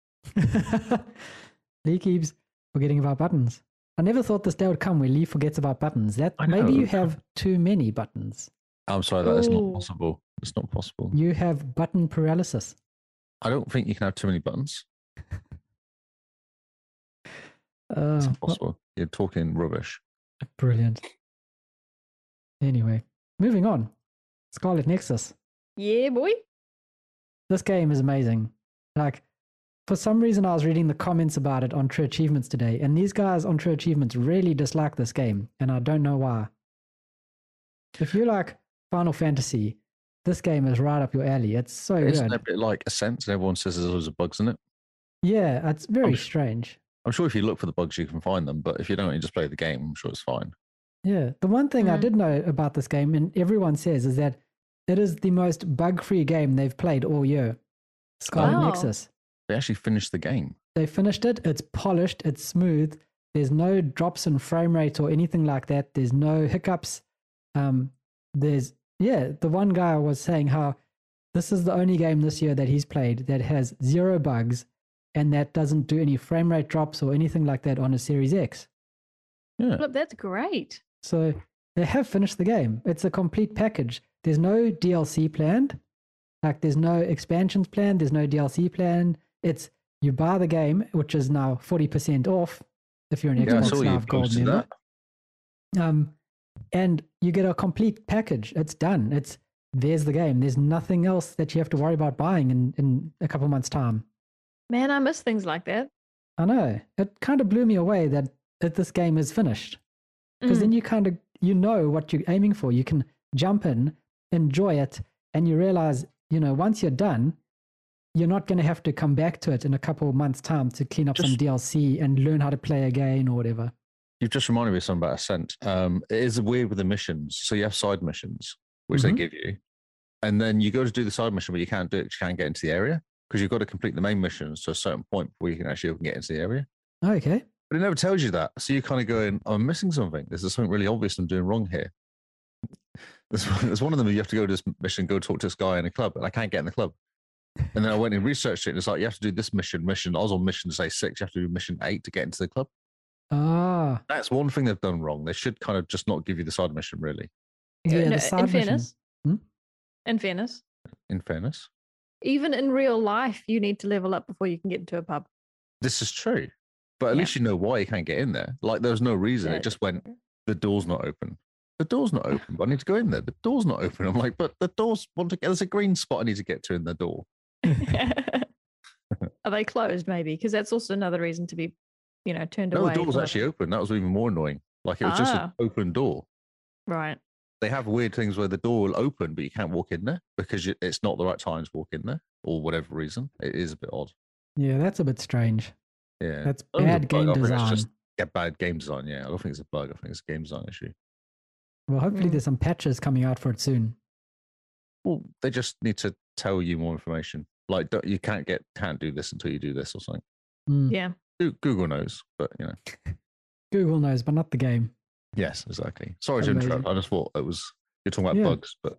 Lee keeps forgetting about buttons. I never thought this day would come where Lee forgets about buttons. That
I
maybe you
know.
have too many buttons.
I'm sorry, that is
Ooh.
not possible. It's not possible.
You have button paralysis.
I don't think you can have too many buttons.
Oh,
It's
well,
impossible. You're talking rubbish.
brilliant. Anyway, moving on. Scarlet Nexus.
Yeah, boy.
This game is amazing. Like, for some reason, I was reading the comments about it on True Achievements today, and these guys on True Achievements really dislike this game, and I don't know why. If you like Final Fantasy, this game is right up your alley. It's so
Isn't
Oh, good.
it a bit like Ascent? And everyone says there's loads of bugs in it.
Yeah, it's very
sh-
strange.
I'm sure if you look for the bugs, you can find them. But if you don't, you just play the game. I'm sure it's fine.
Yeah. The one thing I
Mhm.
did know about this game, and everyone says, is that it is the most bug free game they've played all year Scarlet
Wow.
Nexus.
They actually finished the game.
They finished it. It's polished. It's smooth. There's no drops in frame rate or anything like that. There's no hiccups. Um, there's yeah. The one guy was saying how this is the only game this year that he's played that has zero bugs, and that doesn't do any frame rate drops or anything like that on a Series X.
Yeah.
Look, that's great.
So they have finished the game. It's a complete package. There's no DLC planned. Like there's no expansions planned. There's no DLC planned. It's you buy the game, which is now forty percent off if you're an
Yeah, I
Xbox
saw you
Live Gold
posted
member.
that.
Um, and you get a complete package. It's done. It's there's the game. There's nothing else that you have to worry about buying in, in a couple months' time.
Man, I miss things like that.
I know. It kind of blew me away that, that this game is finished. because
Mm.
then you kind of you know what you're aiming for you can jump in enjoy it and you realize you know once you're done you're not going to have to come back to it in a couple of months time to clean up some
Just-
dlc and learn how to play again or whatever
You've just reminded me of something about Ascent. Um, it is weird with the missions. So you have side missions, which
Mhm.
they give you. And then you go to do the side mission, but you can't do it 'cause you can't get into the area because you've got to complete the main missions to a certain point before you can actually get into the area.
okay
But it never tells you that. So you're kind of going, "Oh, I'm missing something. This is something really obvious I'm doing wrong here. There's one, there's one of them you have to go to this mission, go talk to this guy in a club, and I can't get in the club. And then I went and researched it, and it's like, you have to do this mission, mission. I was on mission, say, six. You have to do mission eight to get into the club.
ah
That's one thing they've done wrong. They should kind of just not give you the side mission, really,
yeah,
Uh, no,
the
in
side mission.
fairness,
Hmm?
in fairness,
in fairness.
even in real life, you need to level up before you can get into a pub.
This is true. But at
Yeah.
least you know why you can't get in there. Like, there was no reason.
Yeah.
It just went, the door's not open. The door's not open, but I need to go in there. The door's not open. I'm like, but the door's want to get there's a green spot I need to get to in the door.
Are they closed? Maybe because that's also another reason to be, you know, turned
No,
away.
the door was
from it.
actually open. That was even more annoying. Like it was just an
Ah.
open door.
right.
They have weird things where the door will open, but you can't walk in there because you, it's not the right time to walk in there, or whatever reason. It is a bit odd.
yeah that's a bit strange
Yeah,
that's
Oh, the bug, I
bad game
think it's
design
just- yeah, bad game design. Yeah, I don't think it's a bug. I think it's a game design issue.
well hopefully
Mm.
there's some patches coming out for it soon
Well, they just need to tell you more information. Like don't, you can't get can't do this until you do this or something.
Mm,
Yeah.
Goo- Google knows, but you know.
google knows but not the game
Yes, exactly. Sorry to
Amazing.
interrupt. I just thought it was you're talking about
Yeah.
bugs, but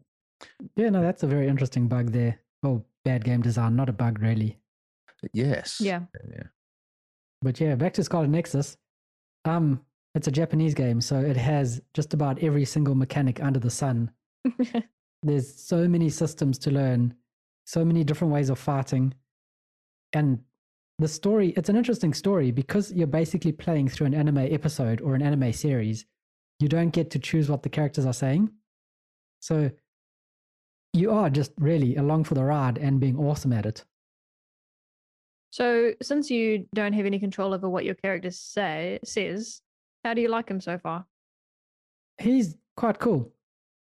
yeah no that's a very interesting bug there well bad game design not a bug really
yes,
Yeah.
yeah.
But yeah, back to Scarlet Nexus. Um, it's a Japanese game, so it has just about every single mechanic under the sun. There's so many systems to learn, so many different ways of fighting. And the story, it's an interesting story because you're basically playing through an anime episode or an anime series. You don't get to choose what the characters are saying. So you are just really along for the ride and being awesome at it.
so since you don't have any control over what your character say says, how do you like him so far?
he's quite cool.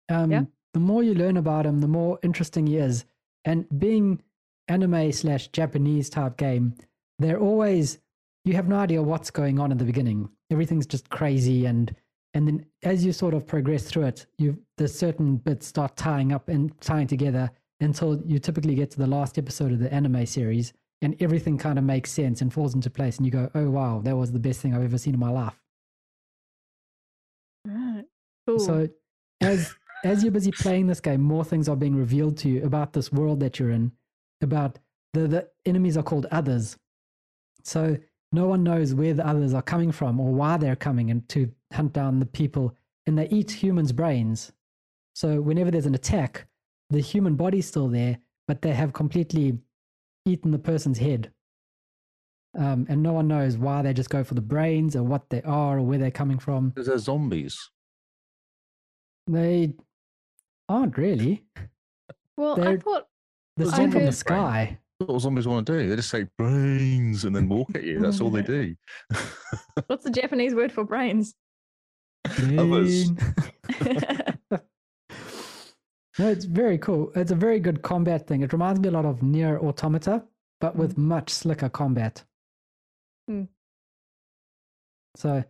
Um,
Yeah.
The more you learn about him, the more interesting he is. And being anime slash Japanese type game, they're always you have no idea what's going on in the beginning. Everything's just crazy, and and then as you sort of progress through it, you the certain bits start tying up and tying together until you typically get to the last episode of the anime series, and everything kind of makes sense and falls into place, and you go, "Oh wow, that was the best thing I've ever seen in my life."
Right. Cool.
So as as you're busy playing this game, more things are being revealed to you about this world that you're in, about the, the enemies are called others. So no one knows where the others are coming from or why they're coming and to hunt down the people and they eat humans' brains. So whenever there's an attack, the human body's still there, but they have completely eaten the person's head. Um, and no one knows why they just go for the brains or what they are or where they're coming from.
Because they're zombies.
They aren't really.
well, I
they're-
thought
They're
Well,
seen from the
zombies are
sky.
That's what zombies want to do. They just say brains and then walk at you. That's all they do.
what's the Japanese word for brains?
Others.
Brain. No, it's very cool. It's a very good combat thing. It reminds me a lot of Near Automata, but with much slicker combat.
Hmm.
So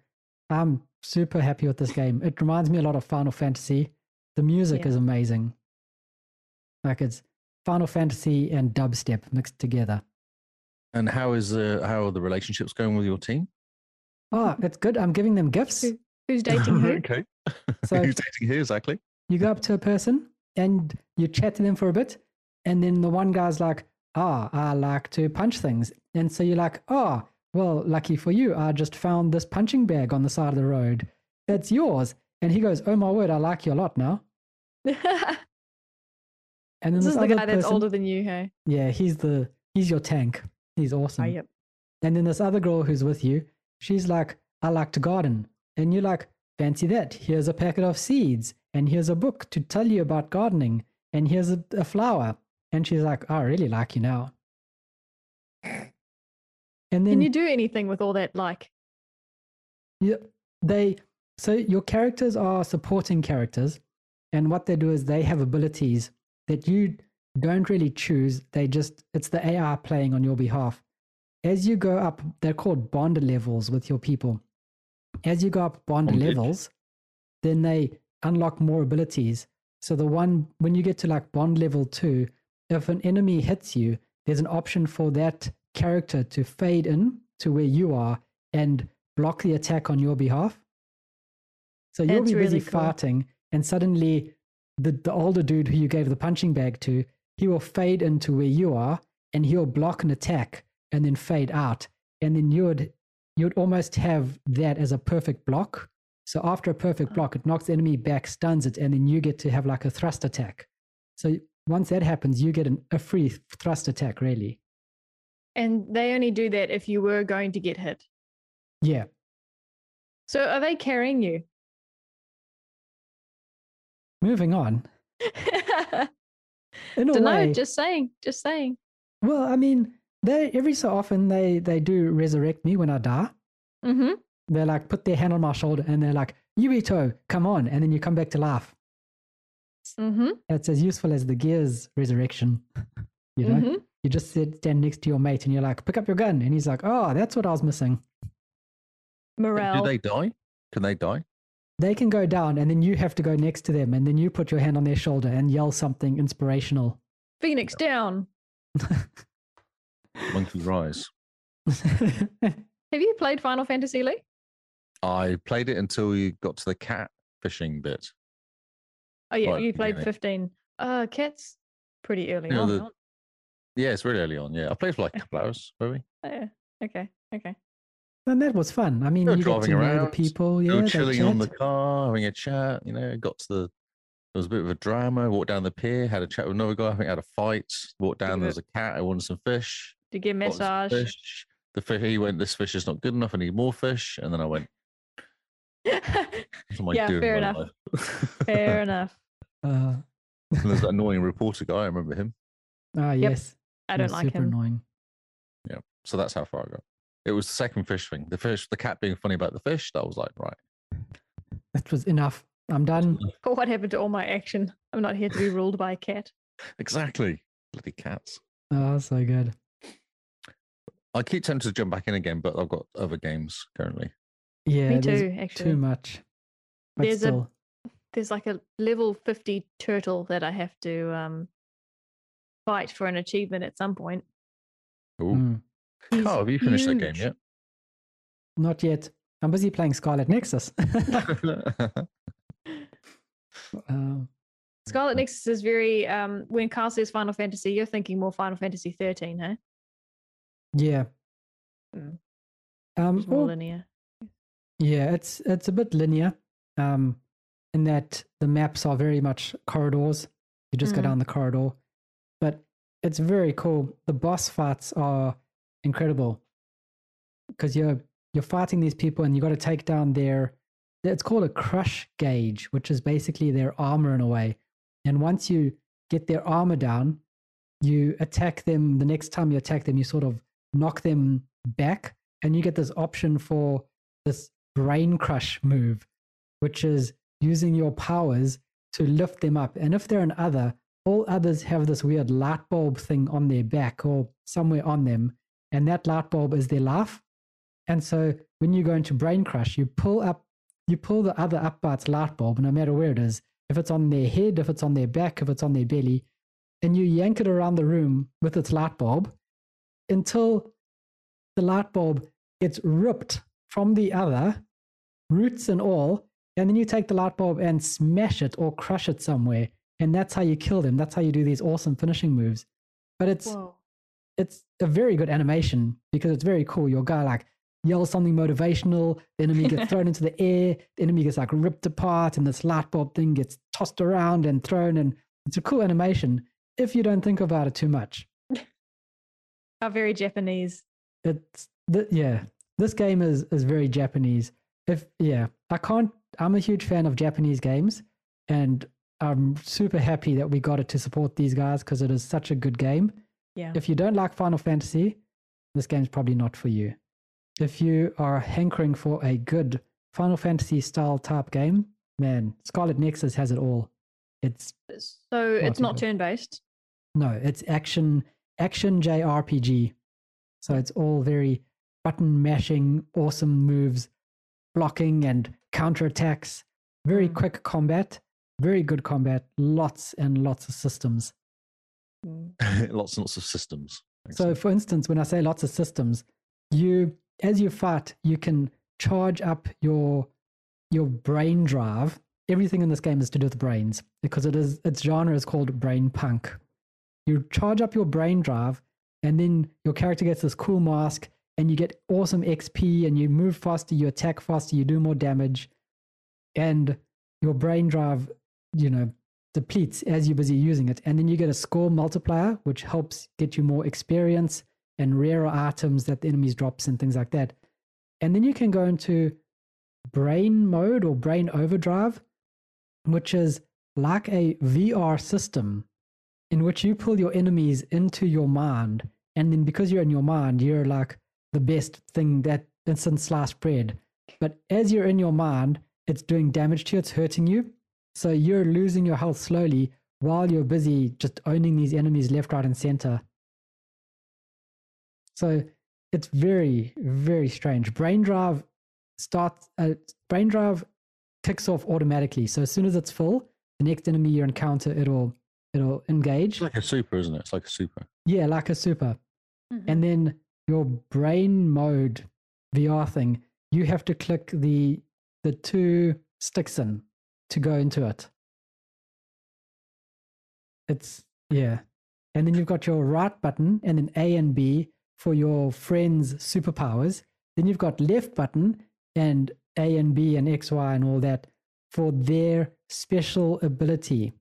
I'm super happy with this game. It reminds me a lot of Final Fantasy. The music
Yeah.
is amazing. Like it's Final Fantasy and dubstep mixed together.
And how is uh, how are the relationships going with your team?
Oh, it's good. I'm giving them gifts.
Good. Who's dating who?
okay.
So-
Who's dating who exactly?
You go up to a person and you chat to them for a bit, and then the one guy's like, "Ah, I like to punch things," and so you're like, "Oh, well, lucky for you, I just found this punching bag on the side of the road. It's yours." And he goes, "Oh my word, I like you a lot now."
this
And then
is
this,
the
other
guy that's
person-
older than you, hey?
Yeah, he's the he's your tank. He's awesome.
Oh, yep.
And then this other girl who's with you, she's like, I like to garden. And you're like, fancy that. Here's a packet of seeds. And here's a book to tell you about gardening. And here's a, a flower. And she's like, I really like you now. And then
Can you do anything with all that? Like,
Yep. They so your characters are supporting characters, and what they do is they have abilities that you don't really choose. They just it's the AI playing on your behalf. As you go up, they're called bond levels with your people. As you go up bond
Bondage.
levels, then they unlock more abilities. So the one when you get to like bond level two, if an enemy hits you, there's an option for that character to fade in to where you are and block the attack on your behalf. So you'll
That's
be busy
really cool.
farting, and suddenly the, the older dude who you gave the punching bag to, he will fade into where you are, and he'll block an attack and then fade out. And then you would you'd almost have that as a perfect block. So after a
Oh.
perfect block, it knocks the enemy back, stuns it, and then you get to have like a thrust attack. So once that happens, you get an, a free thrust attack, really.
and they only do that if you were going to get hit.
Yeah.
So are they carrying you?
Moving on. In a
Don't
way,
know. Just saying. Just saying.
well, I mean, they every so often they they do resurrect me when I die.
Mm-hmm.
They like put their hand on my shoulder and they're like, "Yuito, come on!" And then you come back to life.
Mm-hmm.
That's as useful as the gears resurrection. you know,
mm-hmm.
you just sit stand next to your mate and you're like, "Pick up your gun," and he's like, "Oh, that's what I was missing."
Morale.
Do they die? Can they die?
They can go down, and then you have to go next to them, and then you put your hand on their shoulder and yell something inspirational.
Phoenix down.
Monkey rise.
Have you played Final Fantasy Lee?
I played it until you got to the cat fishing bit.
Oh yeah,
Right,
you played
yeah.
fifteen. Uh, cats. Pretty early
Yeah,
on.
the-
aren't
Yeah, it's really early on. Yeah, I played for like a couple hours, maybe.
they? Oh, Yeah. Okay. Okay.
and that was fun. I mean,
Go
you got to
driving
know the
around,
people.
We
Yeah,
were
they
chilling on the
chat.
car, having a chat. You know, got to the. There was a bit of a drama. Walked down the pier, had a chat with another guy. I think had a fight. Walked down. There was a cat. I wanted some fish.
Did you get a
got some
massage?
Fish. The fish. He went. This fish is not good enough. I need more fish. And then I went. What am I
Yeah,
doing
fair
with my
enough.
life?
Fair enough.
Uh,
And there's that annoying reporter guy. I remember him.
ah, yes.
I
he
don't
was
like
super
him.
Annoying.
So that's how far I got. It was the second fish thing. The fish, the cat being funny about the fish. That was like right.
That was enough. I'm done.
But what happened to all my action? I'm not here to be ruled by a cat.
Exactly. Bloody cats.
Oh, so good.
I keep tempted to jump back in again, but I've got other games currently.
Yeah,
Me
there's
too, actually.
too much. But
There's a-
still,
There's like a level 50 turtle that I have to um fight for an achievement at some point.
Ooh.
mm,
He's
Oh, have you finished that game
huge.
yet?
not yet. I'm busy playing Scarlet Nexus. um,
Scarlet Nexus is very um when Carl says Final Fantasy, you're thinking more Final Fantasy 13, huh?
yeah.
Mm.
Um,
It's more
oh,
linear.
yeah, it's it's a bit linear, um, in that the maps are very much corridors. You just go
Mm.
down the corridor, but it's very cool. The boss fights are incredible because you're you're fighting these people and you got to take down their it's called a crush gauge which is basically their armor in a way and once you get their armor down you attack them the next time you attack them you sort of knock them back and you get this option for this brain crush move which is using your powers to lift them up. And if they're an other, all others have this weird light bulb thing on their back or somewhere on them. And that light bulb is their life. And so when you go into brain crush, you pull up, you pull the other up by its light bulb, no matter where it is. If it's on their head, if it's on their back, if it's on their belly, and you yank it around the room with its light bulb until the light bulb gets ripped from the other, roots and all, and then you take the light bulb and smash it or crush it somewhere, and that's how you kill them. That's how you do these awesome finishing moves. But it's
Whoa.
it's a very good animation because it's very cool. Your guy like yells something motivational, the enemy gets thrown into the air, the enemy gets like ripped apart, and this light bulb thing gets tossed around and thrown, and it's a cool animation if you don't think about it too much.
How very Japanese.
it's th- yeah this game is is very japanese if yeah i can't i'm a huge fan of japanese games and i'm super happy that we got it to support these guys because it is such a good game
Yeah.
if you don't like final fantasy this game's probably not for you if you are hankering for a good final fantasy style type game man scarlet nexus has it all it's
So it's
too
not
bad.
turn based.
no, it's action action JRPG. So it's all very button mashing, awesome moves, blocking and counterattacks, very
Mm.
quick combat, very good combat, lots and lots of systems.
Mm-hmm. lots and lots of systems.
So for instance, when I say lots of systems, you as you fight, you can charge up your your brain drive. Everything in this game is to do with brains because it is its genre is called brain punk. You charge up your brain drive and then your character gets this cool mask and you get awesome XP and you move faster, you attack faster, you do more damage and your brain drive, you know, depletes as you're busy using it. And then you get a score multiplier, which helps get you more experience and rarer items that the enemies drops and things like that. And then you can go into brain mode or brain overdrive, which is like a VR system in which you pull your enemies into your mind. And then because you're in your mind, you're like the best thing that instant sliced bread. But as you're in your mind, it's doing damage to you, it's hurting you. So you're losing your health slowly while you're busy just owning these enemies left, right, and center. So it's very, very strange. Brain drive starts. Uh, brain drive kicks off automatically. So as soon as it's full, the next enemy you encounter, it'll it'll engage.
it's like a super, isn't it? It's like a super.
Yeah, like a super
Mm-hmm.
and then your brain mode VR thing, you have to click the the two sticks in to go into it. It's yeah. And then you've got your right button and then A and B for your friends' superpowers. Then you've got left button and A and B and X, Y and all that for their special ability.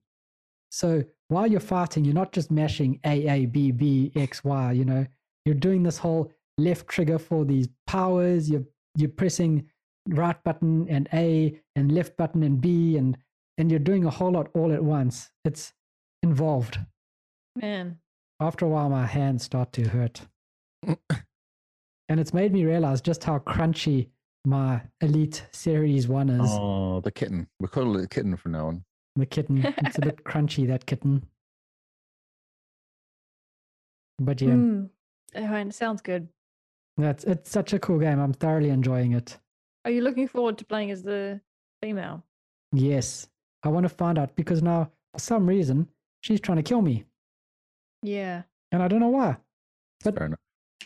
So while you're fighting, you're not just mashing A, A, B, B, X, Y, you know, you're doing this whole left trigger for these powers. You're, you're pressing right button and A and left button and B and, and you're doing a whole lot all at once. It's involved.
Man.
After a while, my hands start to hurt. and it's made me realize just how crunchy my Elite Series 1 is.
Oh, the kitten. We're calling it the kitten from now on.
The kitten. It's a bit crunchy, that kitten. But yeah,
Mm. Oh, and it sounds good.
that's it's such a cool game. I'm thoroughly enjoying it.
Are you looking forward to playing as the female?
Yes. I want to find out because now for some reason she's trying to kill me.
Yeah.
And I don't know why. But-
Fair enough.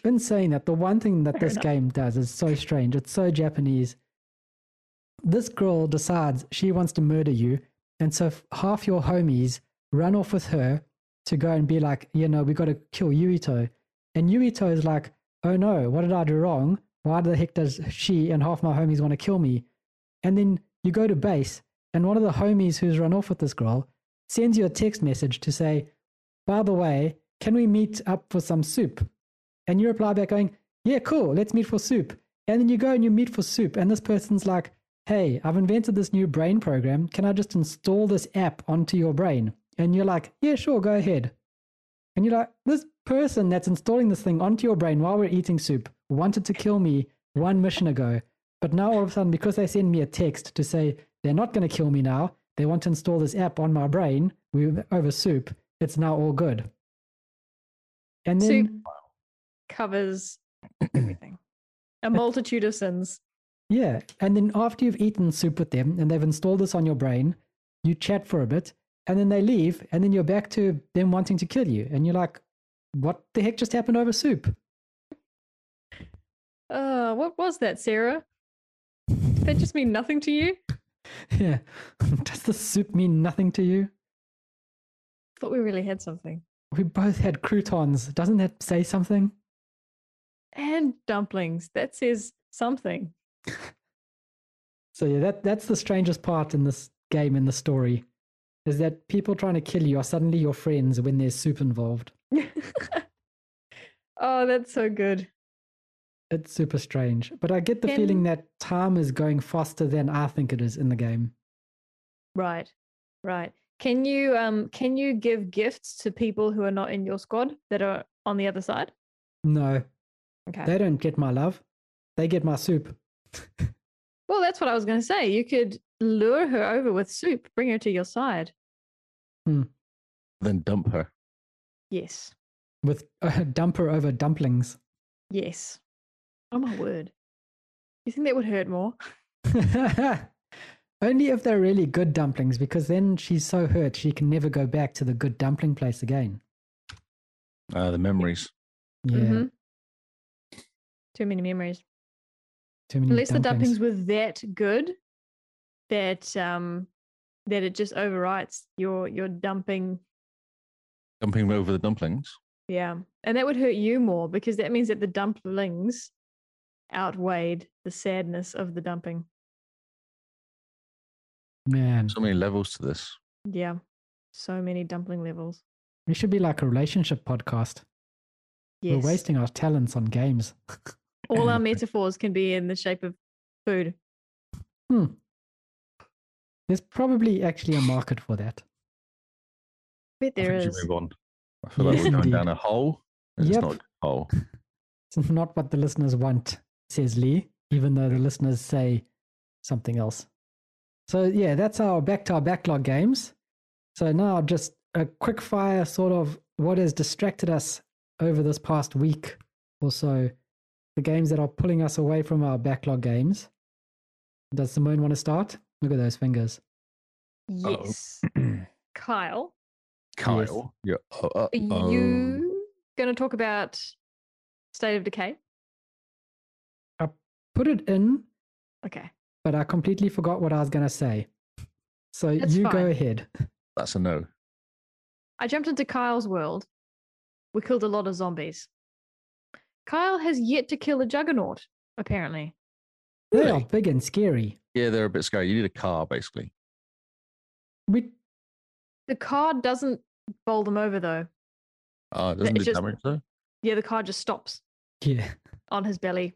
been saying that the one thing that
Fair
this
enough.
game does is so strange. It's so Japanese. This girl decides she wants to murder you, and so f- half your homies run off with her to go and be like, you know, we got to kill Yuito. And Yuito is like, oh no, what did I do wrong? Why the heck does she and half my homies want to kill me? And then you go to base, and one of the homies who's run off with this girl sends you a text message to say, by the way, can we meet up for some soup? And you reply back going, yeah, cool, let's meet for soup. And then you go and you meet for soup, and this person's like, hey, I've invented this new brain program. Can I just install this app onto your brain? And you're like, yeah, sure, go ahead. And you're like, this person that's installing this thing onto your brain while we're eating soup wanted to kill me one mission ago. But now all of a sudden, because they send me a text to say they're not going to kill me now, They want to install this app on my brain we, over soup. It's now all good. And then,
Soup. covers everything. A multitude of sins.
yeah. And then after you've eaten soup with them and they've installed this on your brain, you chat for a bit and then they leave and then you're back to them wanting to kill you. And you're like, what the heck just happened over soup?
Uh, what was that, Sarah? Did that just mean nothing to you?
Yeah. Does the soup mean nothing to you?
Thought we really had something.
We both had croutons. Doesn't that say something?
And dumplings. That says something.
So yeah, that that's the strangest part in this game in the story, is that people trying to kill you are suddenly your friends when there's soup involved.
oh, that's so good.
It's super strange, but I get the feeling
Can-
that time is going faster than I think it is in the game.
Right. Right. Can you um can you give gifts to people who are not in your squad that are on the other side?
No,
Okay.
they don't get my love; they get my soup.
well, that's what I was going to say. You could lure her over with soup, bring her to your side.
Then dump her.
Yes.
With a dumper over dumplings.
Yes. Oh my word. You think that would hurt more?
Only if they're really good dumplings, because then she's so hurt she can never go back to the good dumpling place again.
Uh, the memories.
Yeah,
Mhm. Too many memories.
too
Mm,
many
Unless
dumplings.
the dumplings were that good that um that it just overwrites your your dumping.
Dumping over the dumplings.
Yeah. And that would hurt you more because that means that the dumplings outweighed the sadness of the dumping.
Man,
So many levels to this.
Yeah. So many dumpling levels.
we should be like a relationship podcast.
Yes.
We're wasting our talents on games.
All our metaphors can be in the shape of food.
There's probably actually a market for that.
bet
I
there
think you
is.
move on. I feel like
Yes,
we're going
indeed.
down a hole. and It's
Yep.
not a good hole.
It's not what the listeners want, says Lee, even though the listeners say something else. So yeah, that's our back to our backlog games. So now just a quick fire sort of what has distracted us over this past week or so. The games that are pulling us away from our backlog games. Does Simone want to start? Look at those fingers.
Uh-oh.
Yes. Kyle,
Kyle, you're uh, uh,
are
oh.
you going to talk about State of Decay?
Put it in,
Okay.
but I completely forgot what I was going to say. So
That's
you go
fine.
ahead.
That's a no.
I jumped into Kyle's world. We killed a lot of zombies. Kyle has yet to kill a juggernaut, apparently.
They are
Really?
big and scary.
Yeah, they're a bit scary. You need a car, basically.
We
The car doesn't bowl them over, though.
Uh, doesn't
it's
do
just-
damage though.
Yeah, the car just stops
yeah.
on his belly.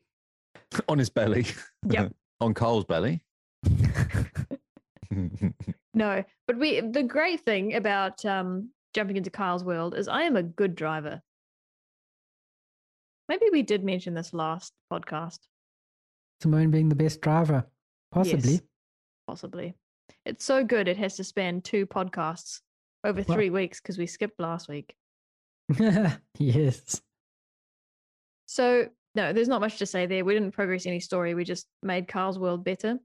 On his belly.
Yep.
On Kyle's belly.
No, but we the great thing about um, jumping into Kyle's world is I am a good driver. Maybe we did mention this last podcast,
Simone being the best driver, possibly.
Yes. possibly. It's so good it has to span two podcasts over
Wow.
three weeks because we skipped last week.
Yes.
So no, there's not much to say there. We didn't progress any story. We just made Carl's world better.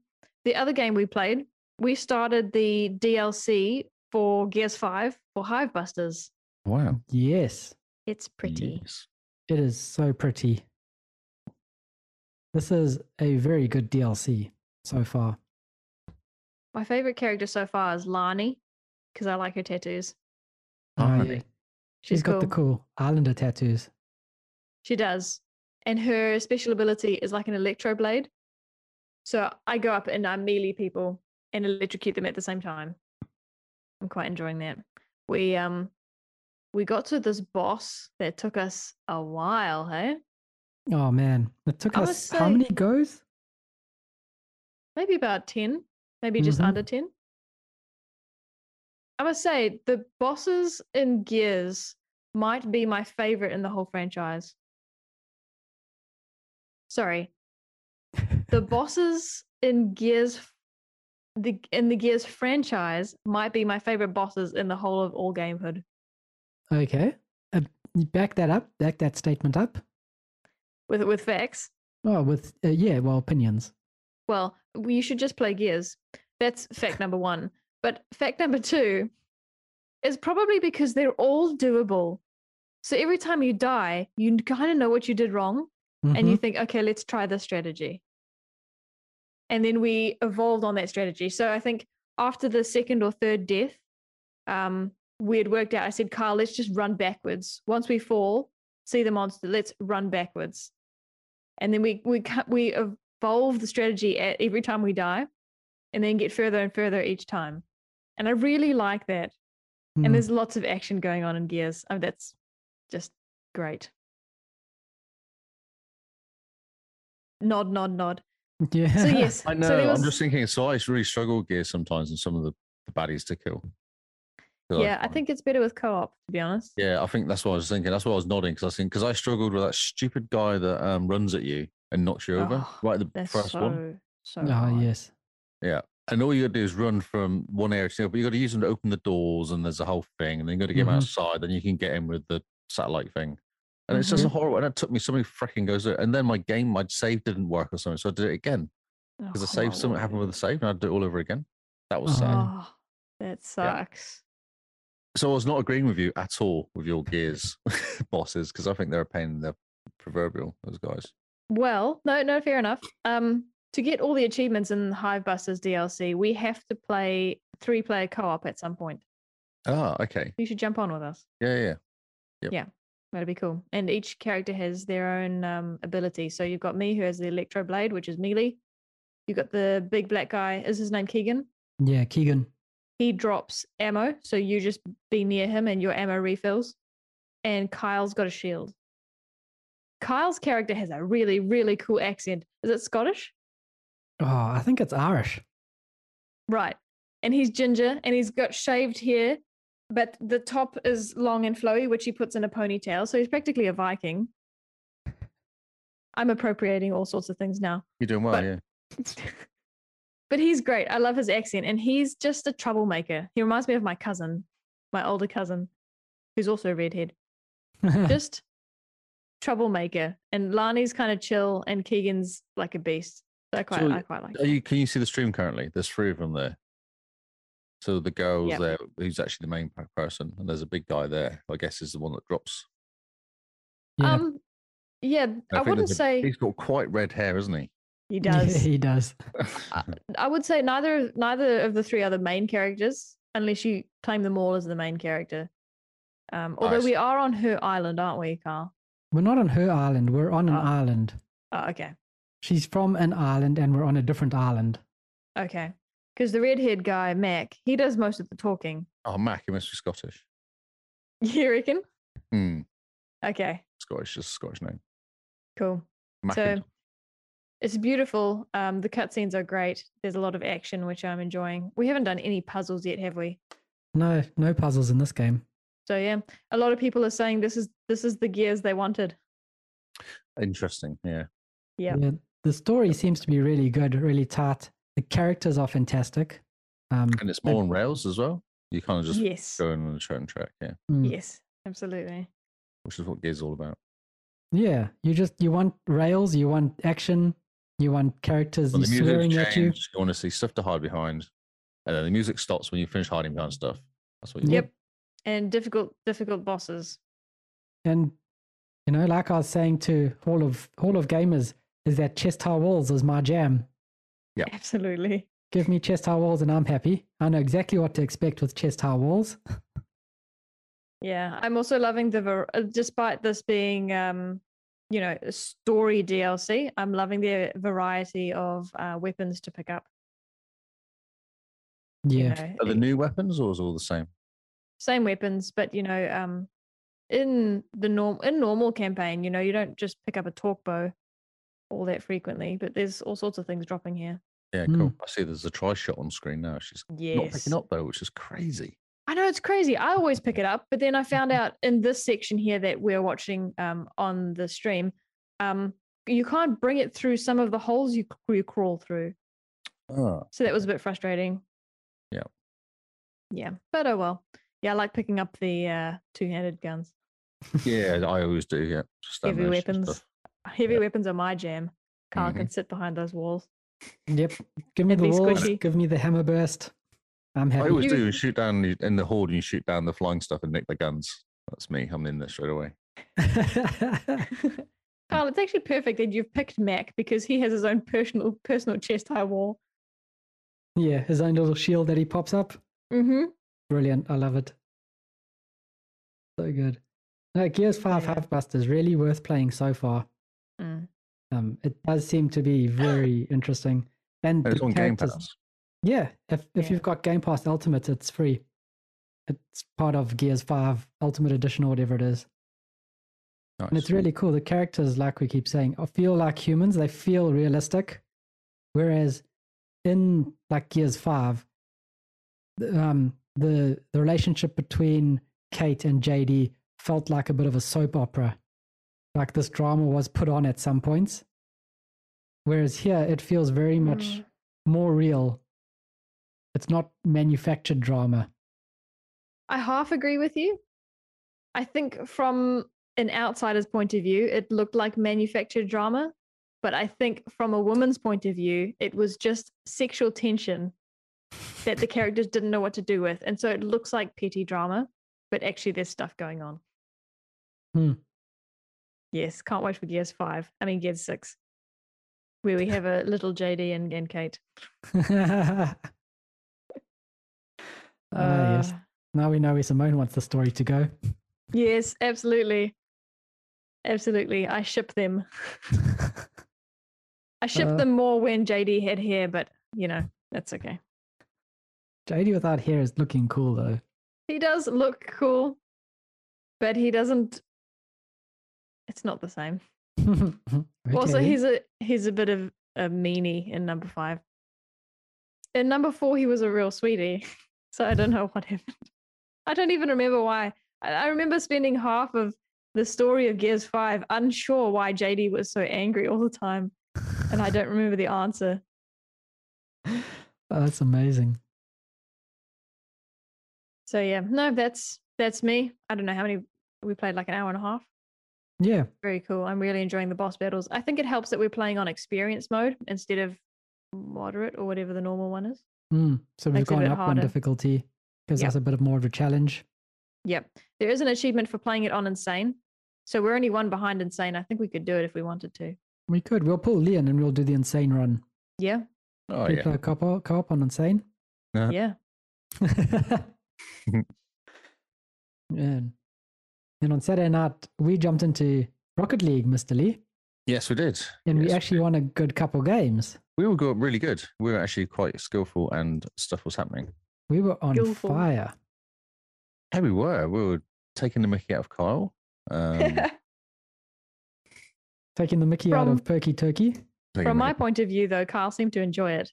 The other game we played, we started the DLC for Gears Five for Hive Busters.
wow.
Yes.
It's pretty.
Yes.
It is so pretty. This is a very good DLC so far.
My favorite character so far is Lani because I like her tattoos.
Oh,
Alright.
yeah.
She's
She's got the cool Islander tattoos.
She does. And her special ability is like an electro blade. So I go up and I melee people and electrocute them at the same time. I'm quite enjoying that. We um we got to this boss that took us a while, hey?
Oh man. It took
I
us
must
how
say-
many goes?
Maybe about 10, maybe just
Mhm.
under 10. I must say, the bosses in Gears might be my favorite in the whole franchise. Sorry, the bosses in Gears the in the Gears franchise might be my favorite bosses in the whole of all gamehood.
Okay. Uh, you back that up. Back that statement up.
With with facts.
Oh, with uh, yeah, well, opinions.
Well, you should just play Gears. That's fact number one. But fact number two is probably because they're all doable. So every time you die, you kind of know what you did wrong and you think, okay, let's try this strategy. And then we evolved on that strategy. So I think after the second or third death, um, we had worked out, I said, Carl, let's just run backwards. Once we fall, see the monster, let's run backwards. And then we, we, cut- we evolve the strategy at every time we die and then get further and further each time. And I really like that.
Mhm.
Mm.
And there's lots of action going on in Gears. I mean, that's just great. Nod, nod, nod.
Mm. yeah.
So yes,
I know.
So there was,
I'm just thinking. So I really struggle with gear sometimes, and some of the, the baddies to kill. 'Cause
yeah, I
find-
think it's better with co-op, to be honest.
Yeah, I think that's what I was thinking. That's why I was nodding because I think because I struggled with that stupid guy that um, runs at you and knocks you over
Oh,
right at the
That's
first
so
one.
so.
Oh
hard.
yes.
And all you got to do is run from one area to the other. But you got to use them to open the doors, and there's a whole thing. And then you got to get him
Mhm.
outside. Then you can get him with the satellite thing. And it's just
Mm-hmm.
Mhm.
a horrible. And it took me so many freaking goes. there. And then my game, my save dudn't work or something. So I did it again because
oh,
the save something happened with the save, and I did it all over again. That was sad.
Oh.
Oh, that sucks.
So I was not agreeing with you at all with your gears bosses because I think they're a pain in the proverbial. Those guys.
Well, no, no, fair enough. Um, to get all the achievements in Hive Busters DLC, we have to play three-player co-op at some point.
Ah, okay.
You should jump on with us.
Yeah, yeah.
That'd be cool. And each character has their own um, ability. So you've got me who has the electro blade, which is melee. You've got the big black guy. Is his name Keegan?
Yeah, Keegan.
He drops ammo. So you just be near him and your ammo refills. And Kyle's got a shield. Kyle's character has a really, really cool accent. Is it Scottish?
Oh, I think it's Irish.
Right. And he's ginger and he's got shaved hair, but the top is long and flowy, which he puts in a ponytail. So he's practically a Viking. I'm appropriating all sorts of things now.
You're doing well,
But-
yeah.
but he's great. I love his accent. And he's just a troublemaker. He reminds me of my cousin, my older cousin, who's also a redhead. Just troublemaker. And Lani's kind of chill and Keegan's like a beast. So I quite,
So
I quite like
Are
it.
you, can you see the stream currently? There's three of them there. So the girl's
Yep.
there, who's actually the main per- person, and there's a big guy there. who I guess is the one that drops.
Yeah.
Um, yeah, I,
think
wouldn't
there's a-
say
he's got quite red hair, isn't he?
he
Yeah,
does.
he does.
I would say neither of- neither of the three are the main characters, unless you claim them all as the main character. Um, although
Nice.
we are on her island, aren't we, Carl?
We're not on her island. We're on an
Oh.
island.
Oh, okay,
She's from an island, and we're on a different island.
okay. Because the redhead guy Mac, he does most of the talking.
oh, Mac, he must be Scottish.
You reckon?
Hmm,
Okay,
Scottish, just a Scottish name.
cool.
Mac
So it's beautiful. Um, the cutscenes are great. There's a lot of action, which I'm enjoying. We haven't done any puzzles yet, have we?
No, no puzzles in this game.
So yeah, a lot of people are saying this is this is the gears they wanted.
Interesting, yeah.
Yeah.
The story seems to be really good, really tight. The characters are fantastic. Um,
And it's
They-
more on rails as well. You kind of just
yes,
go in on a certain track, yeah,
mm,
yes, absolutely.
which is what Gear's all about.
yeah, you just you want rails, you want action, you want characters
When the music's
swearing at you.
changed, you want to see stuff to hide behind, and then the music stops when you finish hiding behind stuff. That's what you
Yep. And difficult, difficult bosses.
And you know, like I was saying to Hall of Hall of Gamers, is that chest high walls is my jam.
Absolutely.
Give me chest high walls and I'm happy. I know exactly what to expect with chest high walls.
Yeah. I'm also loving the, var- uh, despite this being, um, you know, a story DLC, I'm loving the variety of uh, weapons to pick up. you
Yeah.
know,
Are the
e-
new weapons or is it all the same?
same weapons, but, you know, um, in the norm, in normal campaign, you know, you don't just pick up a talk bow all that frequently, but there's all sorts of things dropping here.
Yeah, cool.
Mm.
I see there's a try shot on screen now. She's not
Yes.
picking up though, which is crazy.
I know it's crazy. I always pick it up, but then I found out in this section here that we're watching um, on the stream, um, you can't bring it through some of the holes you, c- you crawl through.
Oh,
So that was a bit frustrating.
Yeah.
Yeah. But oh well. Yeah, I like picking up the uh, two handed guns.
yeah, I always do. Yeah, just
Heavy
ammunition and
weapons.
stuff.
Heavy
Yeah. Mm-hmm.
weapons are my jam. Carl can sit behind those walls.
Yep. Give me
It'd
the
be
walls.
squishy.
Give me the hammer burst. I'm
I
happy.
always
You-
do. You shoot down the- in the horde, and you shoot down the flying stuff and nick the guns. That's me. I'm in there straight away.
Carl, it's actually perfect that you've picked Mac because he has his own personal personal chest high wall.
yeah, his own little shield that he pops up.
Mm-hmm.
Brilliant. I love it. So good. No, Gears 5
Yeah.
Hype Buster is really worth playing so far.
Mm.
Um, it does seem to be very interesting. And
And it's
the
on Game
characters-
Pass.
Yeah, if if
Yeah.
you've got Game Pass Ultimate, it's free. It's part of Gears Five Ultimate Edition or whatever it is, and
Nice.
it's really cool. The characters, like we keep saying, are- feel like humans. They feel realistic, whereas in like Gears Five, the, um, the the relationship between Kate and JD felt like a bit of a soap opera. Like this drama was put on at some points, whereas here it feels very much
Mm.
more real. It's not manufactured drama.
I half agree with you. I think from an outsider's point of view, it looked like manufactured drama. But I think from a woman's point of view, it was just sexual tension that the characters didn't know what to do with. And so it looks like petty drama, but actually there's stuff going on.
Hmm.
Yes, can't wait for Gears 5. I mean, Gears 6, where we have a little JD and, and Kate.
Ah, yes. Ah,
Uh,
Now we know where Simone wants the story to go.
Yes, absolutely. Absolutely. I ship them. I ship
Uh,
them more when JD had hair, but you know, that's okay.
JD without hair is looking cool though.
He does look cool, but he doesn't it's not the same. Also,
Okay.
he's a he's a bit of a meanie in number five. In number four, he was a real sweetie, so I don't know what happened. I don't even remember why. I, I remember spending half of the story of Gears Five unsure why JD was so angry all the time, and I don't remember the answer.
Oh, that's amazing.
So yeah, no, that's that's me. I don't know how many we played, like an hour and a half.
Yeah,
Very cool. I'm really enjoying the boss battles. I think it helps that we're playing on experience mode instead of moderate or whatever the normal one is.
Mm, so we've
Makes it a
gone
bit
up on
harder.
difficulty because
Yep.
that's a bit of more of a challenge.
Yep. There is an achievement for playing it on Insane. So we're only one behind Insane. I think we could do it if we wanted to.
We could. We'll pull Leon and we'll do the insane run.
Yeah.
Oh
we
yeah.
play co-op, co-op on insane.
Uh,
Yeah.
Man. And on Saturday night, we jumped into Rocket League, Mr. Lee,
Yes, we did.
and we
Yes,
actually
did.
won a good couple games.
we all got really good. We were actually quite skillful, and stuff was happening.
We were on
Skillful.
fire.
Yeah, we were. We were taking the Mickey out of Kyle. Um,
Taking the mickey out of
From-
Perky Turkey.
taking
From my
the-
point of view, though, Carl seemed to enjoy it.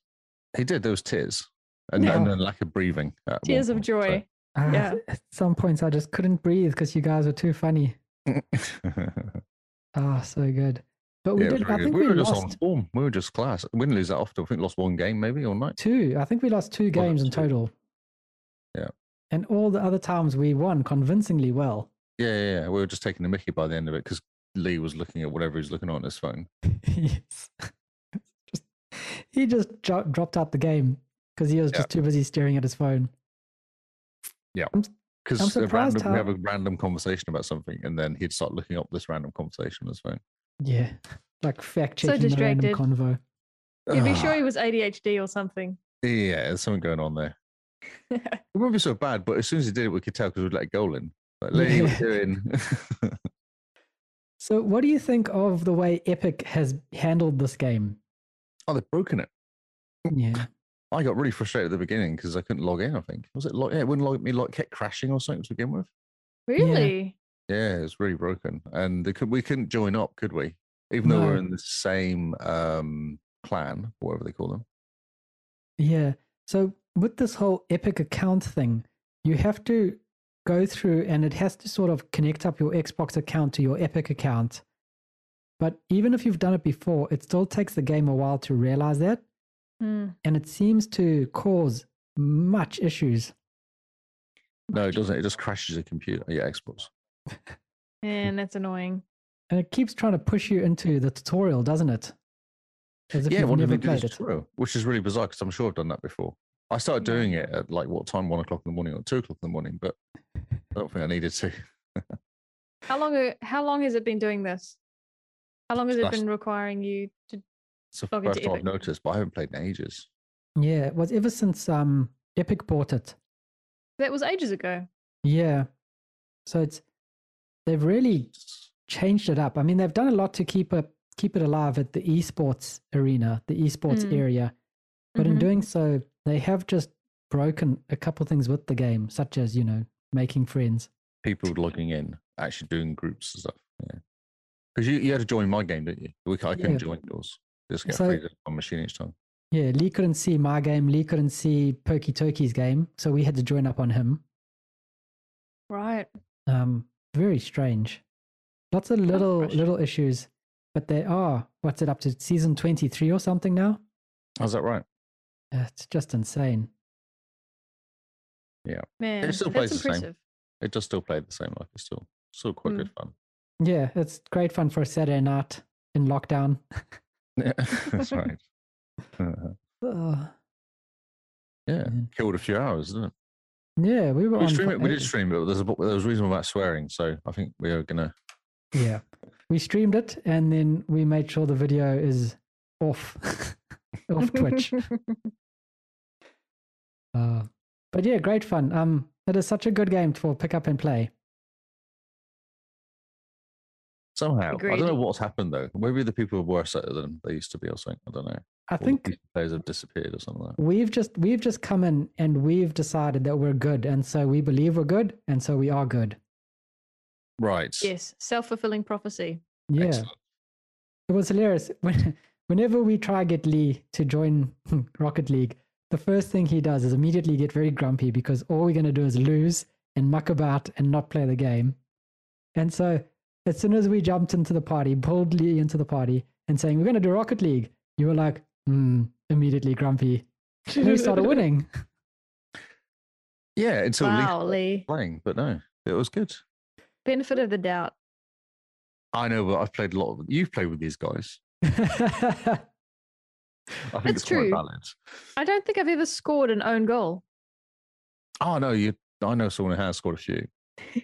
he did. There was tears, and, and
Yeah.
then lack of breathing. at one
Tears of
point, so-
joy.
Ah,
Yeah.
At some points, I just couldn't breathe because you guys were too funny. Ah, so good. But we
Yeah, it was very
did. I
good.
think
we
we,
were just on
lost
form. We were just class. We didn't lose that often. I think we lost one game maybe all night.
two. I think we lost two
Was it
games in
two?
total.
Yeah.
And all the other times we won convincingly well.
Yeah, yeah, yeah. We were just taking the Mickey by the end of it because Lee was looking at whatever he was looking at on his phone.
yes. Just- he just dro- dropped out the game because he was
Yeah.
just too busy staring at his phone. I'm
Because
surprised
random, we have
how-
a random conversation about something, and then he'd start looking up this random conversation on his phone.
Yeah. Like fact checking the random
distracted.
convo.
You'd be
Ah,
sure he was ADHD or something.
Yeah, there's something going on there. it wouldn't be so bad, but as soon as he did it, we could tell because we'd let a goal in. Like, Lee, what you doing?
So, what do you think of the way Epic has handled this game?
oh, they've broken it.
Yeah.
I got really frustrated at the beginning because I couldn't log in. I think was it log? Yeah, it wouldn't log me. Like kept crashing or something to begin with.
Really?
Yeah, it was really broken, and they could, we couldn't join up, could we? Even though we're
No.
in the same um, plan, whatever they call them.
Yeah. So, with this whole Epic account thing, you have to go through and it has to sort of connect up your Xbox account to your Epic account. But even if you've done it before, it still takes the game a while to realize that.
Hmm.
and it seems to cause much issues.
No, it doesn't. It just crashes the computer. Yeah, explodes.
Man, that's annoying.
And it keeps trying to push you into the tutorial, doesn't it? As if
yeah,
you've
what did
never
they do
played
this
it.
tomorrow? Which is really bizarre because I'm sure I've done that before. I started
Yeah.
doing it at like what time? One o'clock in the morning or two o'clock in the morning, but I don't think I needed to.
How long? a- How long has it been doing this? How long has it
Last-
been requiring you to?
It's the
Log into
first time I've
Epic.
noticed, but I haven't played in ages.
Yeah, it was ever since um Epic bought it.
That was ages ago.
Yeah. So it's they've really changed it up. I mean, they've done a lot to keep up keep it alive at the esports arena, the esports
Mm.
area. But in
Mhm.
doing so, they have just broken a couple things with the game, such as, you know, making friends.
People logging in, actually doing groups and stuff. Yeah, because you, you had to join my game, didn't you? We, c- I couldn't
Yeah.
join yours. Just get
So-
played on machine each time.
Yeah, Lee couldn't see my game, Lee couldn't see Perky Turkey's game, so we had to join up on him.
Right.
Um, very strange. Lots of little
fresh.
little issues, but they are what's it up to season twenty three or something now?
How's that right?
Uh, It's just insane.
Man,
still
that's
plays the same.
impressive.
It does still play the same. Like it's still still
Hmm.
quite good fun.
Yeah, it's great fun for a Saturday night in lockdown.
Yeah, that's right. Uh,
Ugh.
yeah,
Yeah.
killed a few hours, didn't it?
yeah, we were
We
on
stream
for
it. We did
ages.
stream it. But there's a, there was a reason about swearing, so I think we are gonna.
Yeah. We streamed it and then we made sure the video is off off Twitch. Uh, but yeah, great fun. Um it is such a good game for pick up and play.
Somehow, I don't
Agreed.
know what's happened though. Maybe the people are worse at it than they used to be, or something. I don't know.
I
All the
think
PC players have disappeared or something like that.
we've just we've just come in and we've decided that we're good and so we believe we're good and so we are good.
Right.
yes, self-fulfilling prophecy.
Yeah.
Excellent.
It was hilarious. When, whenever we try get Lee to join Rocket League, the first thing he does is immediately get very grumpy because all we're going to do is lose and muck about and not play the game. And so, as soon as we jumped into the party, pulled Lee into the party and saying, We're going to do Rocket League, you were like, Hmm, immediately grumpy. And we started winning.
Yeah, until Lee
wow,
started
Lee.
playing, but no, it was good.
Benefit of the doubt.
I know, but I've played a lot. Of, you've played with these guys. I think
That's
it's quite
true.
valid.
I don't think I've ever scored an own goal.
Oh no, you. I know someone who has scored a few.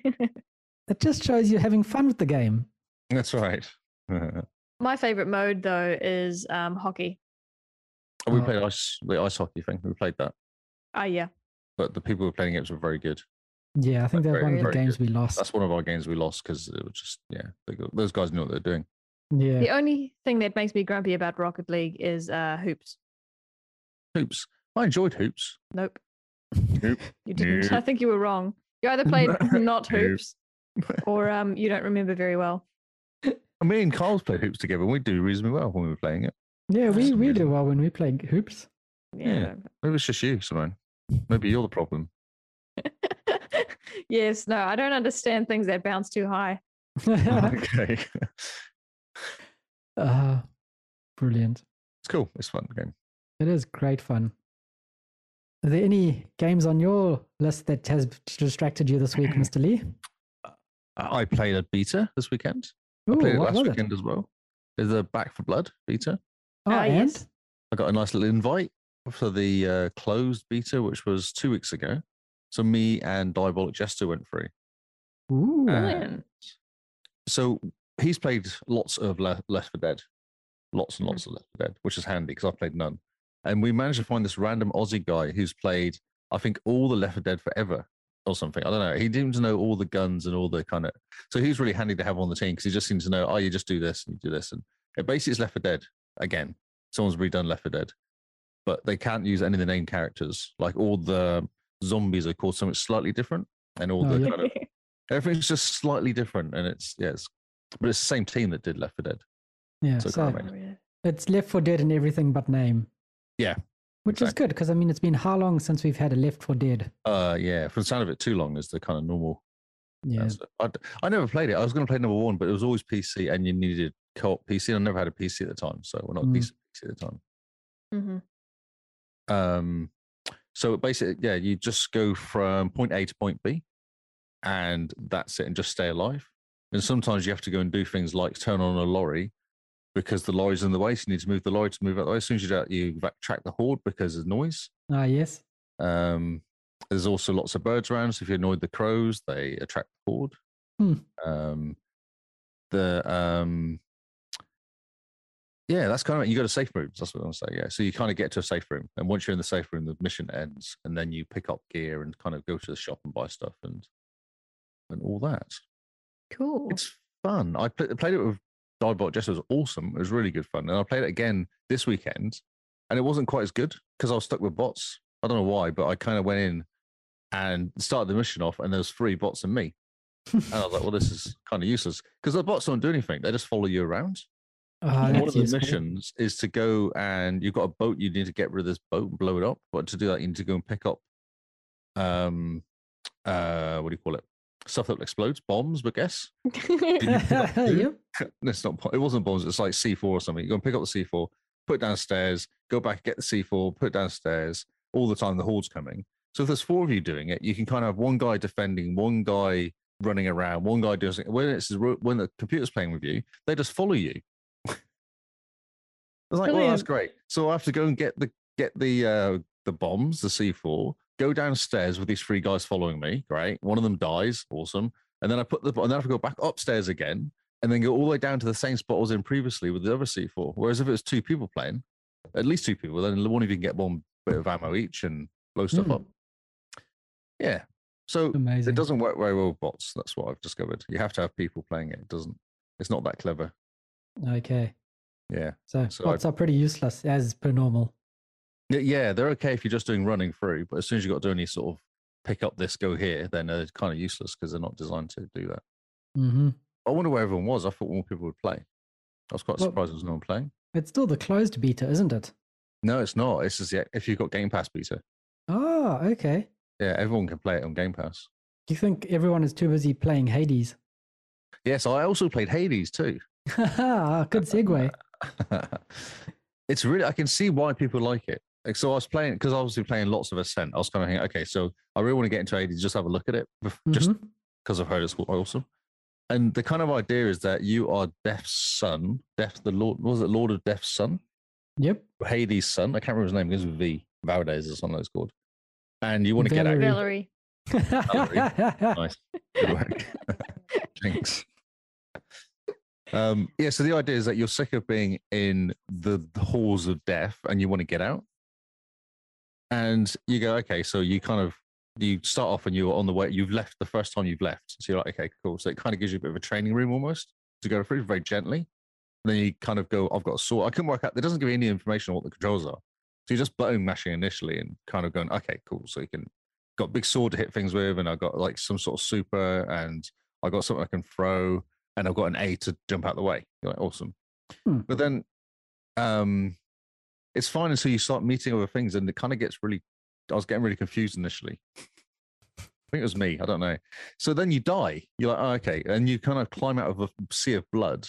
it just shows you're having fun with the game.
That's right.
My favorite mode though is um, hockey.
we
Oh.
played ice, the ice hockey thing. We played that,
Ah, yeah.
but the people who were playing it were very good.
Yeah, I think that's
Very,
one of the
very good.
games we lost.
That's one of our games we lost because it was just yeah, they go, those guys knew what they're doing.
yeah.
The only thing that makes me grumpy about Rocket League is uh, hoops.
Hoops. I enjoyed hoops.
Nope.
Nope.
You didn't. I
Nope.
think you were wrong. You either played
Nope.
not hoops or um, you don't remember very well.
Me and Carl's played hoops together, and we do reasonably well when we were playing it.
Yeah, we,
That's
we do
amazing.
well when we play hoops.
Yeah.
Yeah.
Maybe it's just you, Simone. Maybe you're the problem.
yes, no, I don't understand things that bounce too high.
okay,
Ah, brilliant.
it's cool. It's a fun game.
It is great fun. Are there any games on your list that has distracted you this week, Mr. Lee?
I I played a beta this weekend.
Ooh,
I played it
what
last
was
weekend as well. There's a Back for Blood beta.
Oh,
Ah,
and?
yes.
I got a nice little invite for the uh, closed beta, which was two weeks ago. So me and Diabolic Jester went through.
Ooh.
Uh,
Brilliant.
So he's played lots of Le- Left for Dead, lots
Mm-hmm.
and lots of Left for Dead, which is handy because I've played none. And we managed to find this random Aussie guy who's played, I think, all the Left for Dead forever or something. I don't know. He seems to know all the guns and all the kind of. So he was really handy to have on the team because he just seems to know. Oh, you just do this and you do this, and it basically is Left for Dead again. Someone's redone Left for Dead, but they can't use any of the name characters. Like all the zombies are called something slightly different, and all
Oh,
the
yeah.
kind of Everything's just slightly different, and it's yeah, it's, but it's the same team that did Left 4 Dead.
yeah,
so
so,
can't make-
it's Left for Dead and everything but name.
Yeah,
Which is good because, I mean, it's been how long since we've had a Left for Dead?
Uh, yeah, for the sound of it, too long is the kind of normal.
Yeah.
answer. I, d- I never played it. I was going to play number one, but it was always PC, and you needed co-op PC. And I never had a PC at the time, so we're not
Mm.
PC at the time.
hmm
Um, so basically, yeah, you just go from point A to point B, and that's it, and just stay alive. And sometimes you have to go and do things like turn on a lorry because the lorry's in the way. So you need to move the lorry to move out of the way. As soon as you do that, you track the horde because of noise.
Ah, yes.
Um, there's also lots of birds around. So if you annoy the crows, they attract the horde.
Hmm.
Um, the um, yeah, that's kind of it. You go to safe rooms. That's what I want to say. Yeah, so you kind of get to a safe room, and once you're in the safe room, the mission ends, and then you pick up gear and kind of go to the shop and buy stuff and and all that.
Cool.
It's fun. I pl- played it with Dialbot Jess. It was awesome. It was really good fun, and I played it again this weekend, and it wasn't quite as good because I was stuck with bots. I don't know why, but I kind of went in and started the mission off, and there was three bots and me. And I was like, well, this is kind of useless because the bots don't do anything. They just follow you around.
Ah,
And one
that's
of the
useful.
missions is to go and you've got a boat. You need to get rid of this boat and blow it up. But to do that, you need to go and pick up, um, uh, what do you call it? Stuff that explodes, bombs, but guess
Yep.
it's not. bo- It wasn't bombs. It's like C4 or something. You go and pick up the C4, put it downstairs, go back, get the C4, put it downstairs. All the time, the horde's coming. So if there's four of you doing it, you can kind of have one guy defending, one guy running around, one guy doing. something. When it's when the computer's playing with you, they just follow you. it's like, well, that's great.
Brilliant.
So I have to go and get the get the uh, the bombs, the C4. Go downstairs with these three guys following me. Great. One of them dies. Awesome. And then I put the and then I have to go back upstairs again and then go all the way down to the same spot I was in previously with the other C4. Whereas if it was two people playing, at least two people, then one of you can get one bit of ammo each and blow stuff
Hmm.
up. Yeah. So
Amazing.
it doesn't work very well with bots. That's what I've discovered. You have to have people playing it. It doesn't. It's not that clever.
Okay.
Yeah.
So,
So I-
bots are pretty useless as per normal.
Y- Yeah, they're okay if you're just doing running through, but as soon as you've got to do any sort of pick up this, go here, then they're kind of useless because they're not designed to do that.
hmm
I wonder where everyone was. I thought more people would play. I was quite
Well-
surprised there was no one playing.
It's still the closed beta, isn't it?
No, it's not. It's just the, if you've got Game Pass beta.
Ah, okay.
Yeah, everyone can play it on Game Pass.
Do you think everyone is too busy playing Hades?
Yes, I also played Hades too.
Ah, Good segue.
it's really I can see why people like it. Like, so I was playing because I was playing lots of Ascent. I was kind of thinking, okay, so I really want to get into Hades, just have a look at it, bef- just
Mhm.
because I've heard it's awesome. And the kind of idea is that you are Death's son, Death the Lord what was it Lord of Death's son,
Mm-hmm. Yep.
Hades' son. I can't remember his name. It begins with V. Valdez or something that's called. And you want to get out.
Valerie.
Valerie.
Nice. Good work. Thanks. Um, yeah, so the idea is that you're sick of being in the halls of death and you want to get out. And you go, okay, so you kind of you start off and you're on the way, you've left the first time you've left. So you're like, okay, cool. So it kind of gives you a bit of a training room almost to go through very gently. And then you kind of go, I've got a sword. I couldn't work out, it doesn't give you any information on what the controls are. So you're just button mashing initially and kind of going, okay, cool. So you can got a big sword to hit things with, and I got like some sort of super, and I got something I can throw, and I've got an A to jump out the way. You're like, awesome.
Hmm.
But then um it's fine until you start meeting other things and it kind of gets really I was getting really confused initially. I think it was me, I don't know. So then you die. You're like, oh, okay. And you kind of climb out of a sea of blood.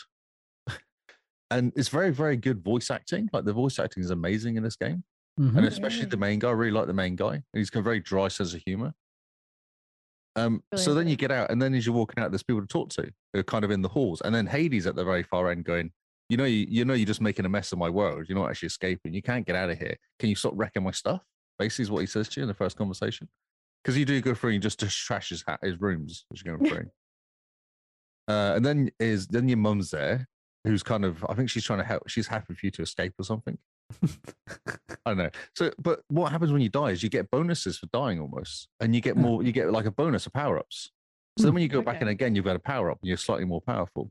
and it's very, very good voice acting. Like the voice acting is amazing in this game
Mhm.
and especially the main guy. I really like the main guy. And he's got a very dry sense of humor. Um, so
Brilliant.
then you get out, and then as you're walking out, there's people to talk to who are kind of in the halls. And then Hades at the very far end going, You know, you, you know, you're just making a mess of my world. You're not actually escaping. You can't get out of here. Can you stop wrecking my stuff? Basically, is what he says to you in the first conversation. Because you do go through and you just, just trash his, hat, his rooms as you're going through. uh, and then is then your mum's there, who's kind of, I think she's trying to help. She's happy for you to escape or something. I don't know. So, but what happens when you die is you get bonuses for dying almost, and you get
Hmm.
more. You get like a bonus of power ups. So then when you go back in
Okay.
again, you've got a power up, and you're slightly more powerful,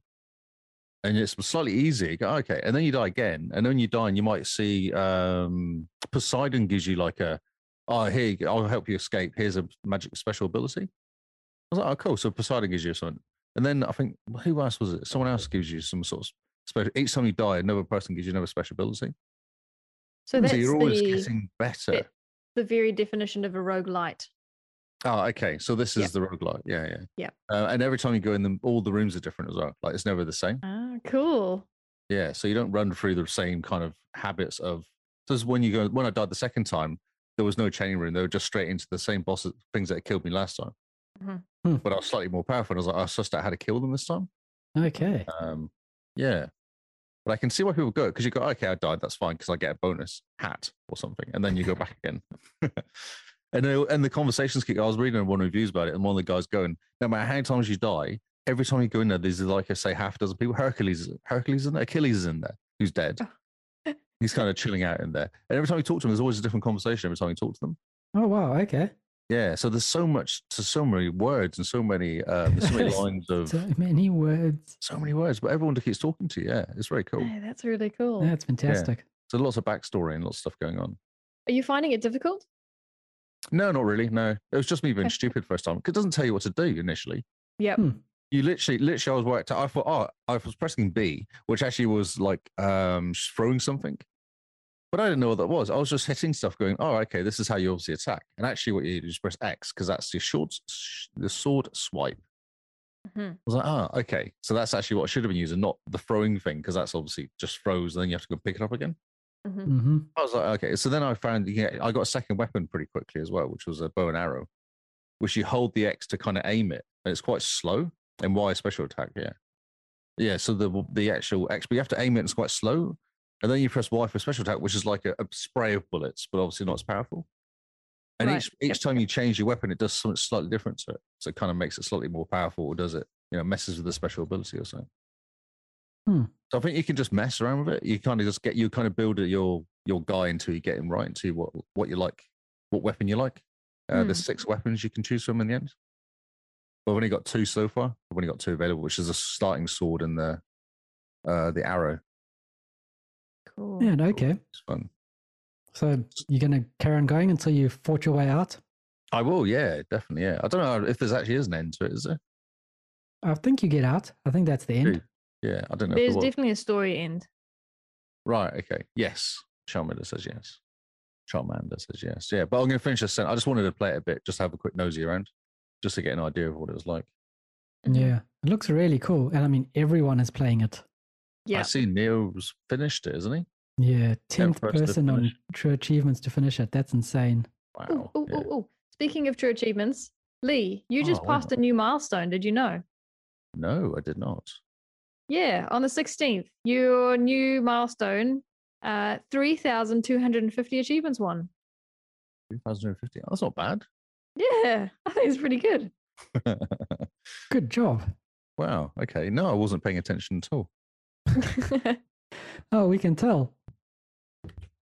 and it's slightly easier. You go okay, and then you die again, and then you die, and you might see um, Poseidon gives you like a, oh here, you go, I'll help you escape. Here's a magic special ability. I was like, oh cool. So Poseidon gives you something, and then I think who else was it? Someone else gives you some sort of special. Each time you die, another person gives you another special ability.
So
So,
that's
you're always
the,
getting better.
bit- the very definition of a roguelite.
Oh, okay. So this
Yeah.
is the roguelike. Yeah, yeah.
Yep.
Uh, and every time you go in them, all the rooms are different as well. Like it's never the same.
Ah, cool.
Yeah. So you don't run through the same kind of habits of So this is when you go when I died the second time, there was no chaining room. They were just straight into the same bosses things that killed me last time.
Mhm.
Hmm.
But I was slightly more powerful. And I was like, "Oh, I sussed out how to kill them this time.
Okay.
Um, yeah. But I can see why people go because you go, okay, I died. That's fine because I get a bonus hat or something. And then you go back again. and, then- and the conversations keep, I was reading one of the reviews about it and one of the guys going, no matter how many times you die, every time you go in there, there's like, I say, half a dozen people. Hercules, Hercules is in there, Achilles is in there, who's dead. He's kind of chilling out in there. And every time you talk to him, there's always a different conversation every time you talk to them.
Oh wow. Okay.
Yeah. So there's so much, so, so many words and so many, um, there's so many lines of,
So many words.
so many words, but everyone keeps talking to you. Yeah. It's very cool.
Hey, that's really cool.
That's fantastic.
So lots of backstory and lots of stuff going on.
Are you finding it difficult?
No, not really. No, it was just me being
Okay.
stupid first time 'cause it doesn't tell you what to do initially.
Yep.
Hmm.
You literally, literally, I was worked out. I thought, oh, I was pressing B, which actually was like um sh- throwing something, but I didn't know what that was. I was just hitting stuff, going, oh, okay, this is how you obviously attack. And actually, what you do is press X because that's the short, s- the sword swipe.
Mhm.
I was like, ah, okay, so that's actually what I should have been using, not the throwing thing, because that's obviously just throws, and then you have to go pick it up again.
Mhm.
Mm-hmm.
I was like, okay. So then I found, yeah, I got a second weapon pretty quickly as well, which was a bow and arrow, which you hold the X to kind of aim it, and it's quite slow. And why a special attack? Yeah, yeah. So the the actual X, but you have to aim it. and It's quite slow, and then you press Y for special attack, which is like a, a spray of bullets, but obviously not as powerful. And
Right,
each each time you change your weapon, it does something slightly different to it, so it kind of makes it slightly more powerful, or does it? You know, messes with the special ability or something.
Hmm.
So I think you can just mess around with it. You kind of just get you kind of build your your guy until you get him right into what what you like, what weapon you like. Uh,
Hmm.
There's six weapons you can choose from in the end. But I've only got two so far. I've only got two available, which is a starting sword and the uh, the arrow.
Cool.
Yeah. Okay.
It's fun.
So you're gonna carry on going until you fought your way out.
I will, yeah, definitely, yeah. I don't know if there's actually is an end to it, is there?
I think you get out. I think that's the end.
Dude. Yeah, I don't know. if
There's
there was.
definitely a story end.
Right. Okay. Yes. Charmander says yes. Charmander says yes. Yeah. But I'm going to finish this. sen- I just wanted to play it a bit, just have a quick nosy around, just to get an idea of what it was like.
Mhm.
Yeah. It looks really cool, and I mean everyone is playing it.
I
Yep.
see Neo's finished it, isn't he?
Yeah, tenth
first to
person on
finish.
True Achievements to finish it. That's insane.
Wow.
Ooh, ooh,
yeah.
ooh, ooh. Speaking of true achievements, Lee, you just
Oh, wait a
passed a new milestone. Did you know?
No, I did not.
Yeah, on the 16th, your new milestone, uh, 3,250 achievements won.
2015. Oh, That's not bad.
Yeah, I think it's pretty good.
Good job.
Wow. Okay. No, I wasn't paying attention at all.
Oh, we can tell.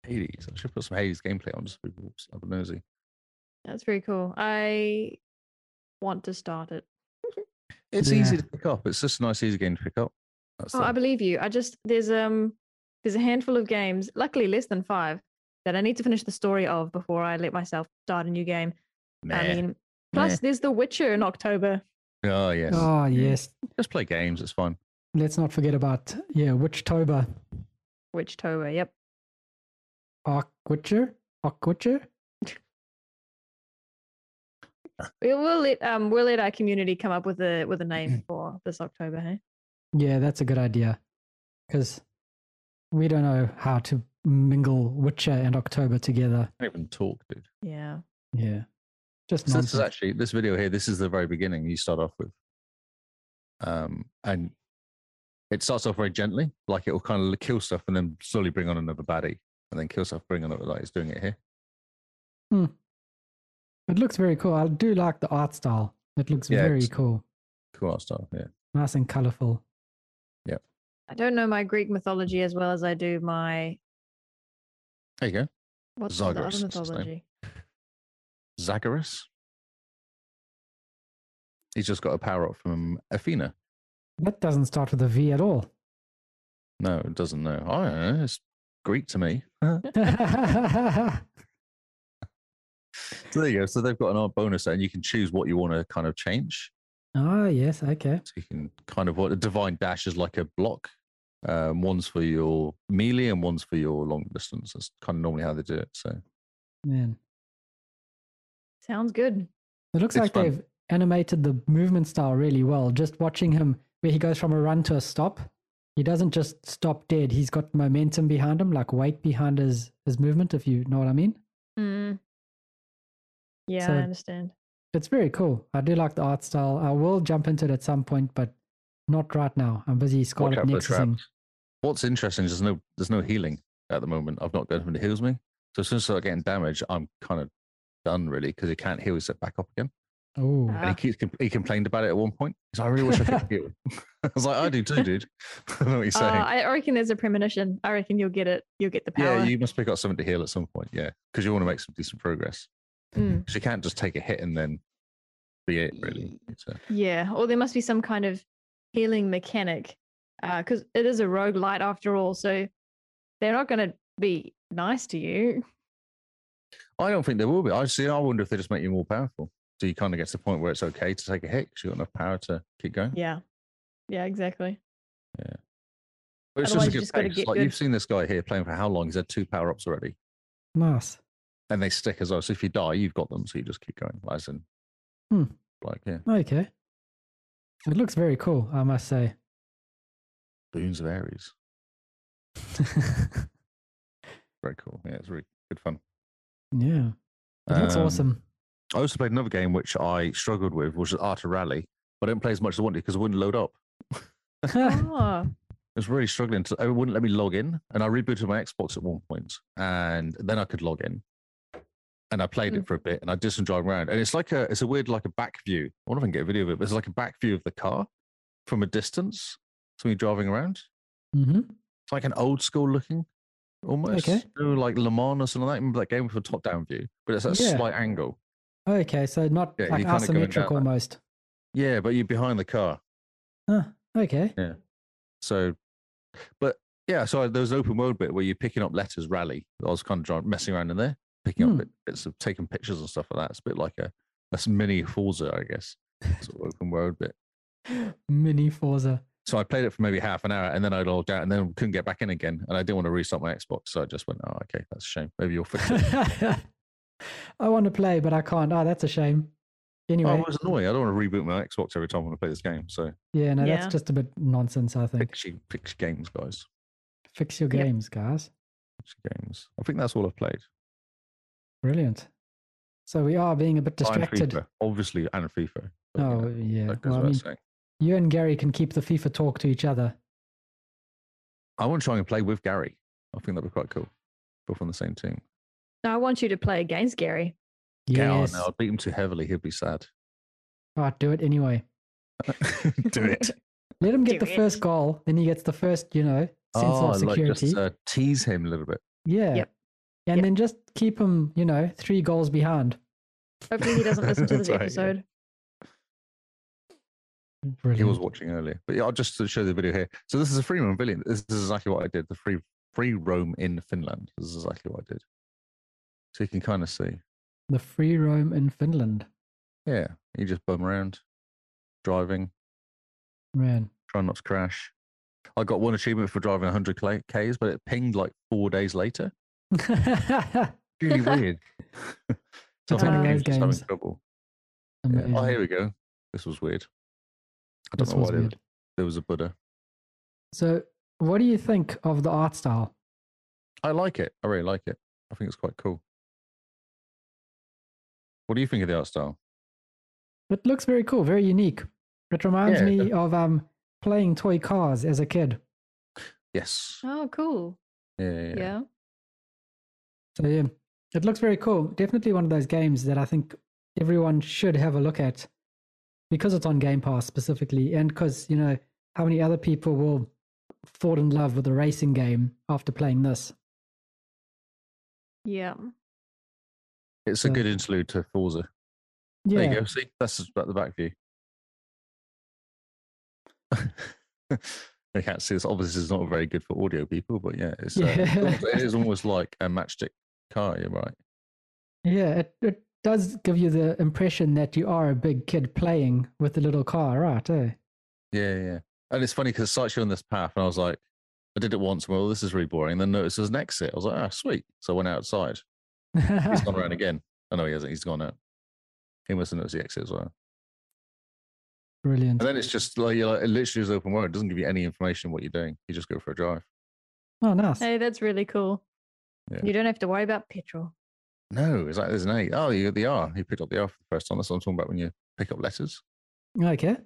Hades. I should put some Hades gameplay on just to be up and nosy.
That's very cool. I want to start it.
It's
Yeah.
easy to pick up. It's just a nice, easy game to pick up. That's
Oh, I
the-
believe you. I just there's um there's a handful of games, luckily less than five, that I need to finish the story of before I let myself start a new game. I
Nah.
mean, plus there's The Witcher in October.
oh, yes.
Oh
Mm-hmm.
yes.
Just play games. It's fine.
Let's not forget about yeah, Witchtober.
Witchtober, yep.
Ark Witcher? Ark Witcher?
We will let um we'll let our community come up with a with a name for this October, hey?
Yeah, that's a good idea. Because we don't know how to mingle Witcher and October together.
I can't even talk, dude.
Yeah.
Yeah. Just
So this is
nonsense.
actually this video here. This is the very beginning you start off with, um, and it starts off very gently, like it will kind of kill stuff and then slowly bring on another baddie, and then kill stuff, bring on another. Like it's doing it here.
It looks very cool. I do like the art style. It looks
Yeah,
very
it's-
cool.
Cool art stuff. Yeah.
Nice and colorful.
I don't know my Greek mythology as well as I do my
There you go.
what's the other
Zagros is his name.
mythology?
Zacharias. He's just got a power up from Athena.
That doesn't start with a V at all.
No, it doesn't know. I don't know. It's Greek to me. so there you go. So they've got an art bonus, there, and you can choose what you want to kind of change.
Ah, yes, okay.
So you can kind of what a divine dash is like a block. Um, one's for your melee and one's for your long distance. That's kind of normally how they do it. So
Man.
Sounds good.
It looks
It's
like
fun.
they've animated the movement style really well. Just watching him where he goes from a run to a stop He doesn't just stop dead. He's got momentum behind him, like weight behind his his movement. If you know what I mean.
Mm. Yeah,
So-
I understand.
It's very cool. I do like the art style. I will jump into it at some point, but not right now. I'm busy Scarlet
out for the
Nexusing.
What's interesting is there's no there's no healing at the moment. I've not got anything that heals me. So as soon as I start getting damaged, I'm kind of done really because he can't heal. He's set back up again,
Oh,
Ah.
and he keeps com- he complained about it at one point. He's like, I really wish I could heal. I was like, I do too, dude. I know what you're
Uh,
saying.
I reckon there's a premonition. I reckon you'll get it. You'll get the power.
yeah, you must pick up something to heal at some point. Yeah, because you want to make some decent progress.
Mm.
Because you can't just take a hit and then be it really. So,
Yeah, or there must be some kind of healing mechanic because it is a rogue light after all. So they're not going to be nice to you.
I don't think there will be. I see. I wonder if they just make you more powerful. So you kind of get to the point where it's okay to take a hit because you've got enough power to keep going.
Yeah. Yeah, exactly.
But it's just a
Otherwise, you
good
just gotta
pace.
get
Like
good-
you've seen this guy here playing for how long? He's had two power ups already,
nice.
and they stick as well. So if you die, you've got them. So you just keep going. Like, as in,
Hmm.
like yeah,
Okay. It looks very cool, I must say.
boons of Aries. Very cool. Yeah, it's really good fun.
yeah. It looks
Um,
awesome.
I also played another game which I struggled with, which was Art of Rally. But I didn't play as much as I wanted because it wouldn't load up. I
Oh,
was really struggling. To, it wouldn't let me log in, and I rebooted my Xbox at one point, and then I could log in. And I
Hmm.
played it for a bit, and I did some driving around, and it's like a it's a weird like a back view. I wonder if I can get a video of it, but it's like a back view of the car from a distance. So me driving around.
hmm
It's like an old school looking, almost
Okay.
You know, like Le Mans or something like that. Remember that game with a top down view, but it's that
Yeah.
slight angle.
Okay, so not
Yeah,
like
you kinda going
asymmetric
down that.
almost.
Yeah, but you're behind the car,
Huh, okay.
so. But yeah, so I, there was an open world bit where you're picking up letters. Rally. I was kind of dri- messing around in there. picking
Hmm.
up bit, bits of taking pictures and stuff like that. It's a bit like a that's mini Forza, I guess, sort of open world bit.
Mini Forza.
So I played it for maybe half an hour, and then I logged out, and then couldn't get back in again. And I didn't want to restart my Xbox, so I just went, "Oh, okay, that's a shame. Maybe you'll fix it."
I want to play, but I can't. Oh, that's a shame.
Oh, I
Anyway,
was annoying. I don't want to reboot my Xbox every time I want to play this game. So
yeah, no,
Yeah.
that's just a bit nonsense, I think.
fix your, fix your games, guys.
Fix your
Yep.
games, guys.
Fix your games. I think that's all I've played.
Brilliant. So we are being a bit
And
distracted.
FIFA, obviously, and FIFA. but, you
Oh,
know,
yeah.
that goes
Well, I
without
mean,
saying.
you and Gary can keep the FIFA talk to each other.
I want to try and play with Gary. I think that'd be quite cool. Both on the same team.
no, I want you to play against Gary.
Yeah,
Yes.
no, I beat him too heavily. He'll be sad.
Right, do it anyway.
Do it.
Let him get
Do
the
it.
first goal, then he gets the first, you know, sense
oh,
of security.
Like just uh, tease him a little bit.
yeah.
Yep.
And
Yep.
then just keep him, you know, three goals behind.
Hopefully, he doesn't listen to this
Sorry, yeah.
episode.
He was
Brilliant.
watching earlier, but yeah, I'll just uh, show the video here. So this is a free roam pavilion. This is exactly what I did. The free free roam in Finland. This is exactly what I did. So you can kind of see.
The free roam in Finland.
Yeah, you just bum around, driving,
Man.
trying not to crash. I got one achievement for driving 100 kla- k's, but it pinged like four days later. Really weird. so I
It's one
think the game's
of those
just having
games.
trouble. Yeah.
Amazing.
Oh, here we go. This was weird. I don't
This
know
was
why there was,
weird.
there was a Buddha.
So, what do you think of the art style?
I like it. I really like it. I think it's quite cool. What do you think of the art style?
It looks very cool, very unique. It reminds
Yeah,
me
def-
of um, playing toy cars as a kid.
Yes.
Oh, cool.
Yeah. yeah,
Yeah.
yeah.
So, yeah, it looks very cool. Definitely one of those games that I think everyone should have a look at because it's on Game Pass specifically, and because, you know, how many other people will fall in love with a racing game after playing this?
Yeah.
It's a
So-
good interlude to Forza.
Yeah.
There you go. See, that's just about the back view. I can't see this. Obviously, it's not very good for audio people, but yeah, it's, uh, it's
Yeah.
almost- it is almost like a matchstick car. You're right.
Yeah, it, it does give you the impression that you are a big kid playing with a little car, right? Eh?
Yeah, yeah. And it's funny because it starts you on this path, and I was like, I did it once. Well, this is really boring. And then noticed there's an exit. I was like, ah, sweet. So I went outside. He's gone
Ah.
around again. Oh no, he hasn't. He's gone out. He must have noticed the exit as well.
Brilliant.
And then it's just like, you're like it literally is open world. It doesn't give you any information what you're doing. You just go for a drive.
Oh, nice.
Hey, that's really cool.
Yeah.
You don't have to worry about petrol.
No, it's like there's an eight. Oh, you got the R. You picked up the R for the first time. That's what I'm talking about when you pick up letters.
Okay.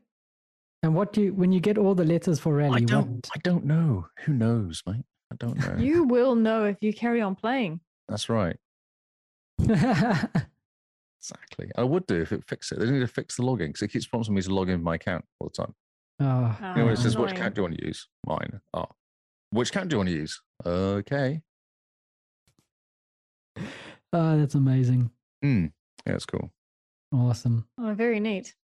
And what do you when you get all the letters for rally?
I
you
don't.
want-
I don't know. Who knows, mate? I don't know.
You will know if you carry on playing.
That's right. Exactly. I would do if it fixed it. They need to fix the login because it keeps prompting me to log into my account all the time. You
oh,
You
know,
Oh,
when it says, which
annoying.
account do you want to use? Mine. Oh. Which account do you want to use? Okay.
oh, that's amazing.
Mm. Yeah, it's cool.
Awesome.
Oh, very neat.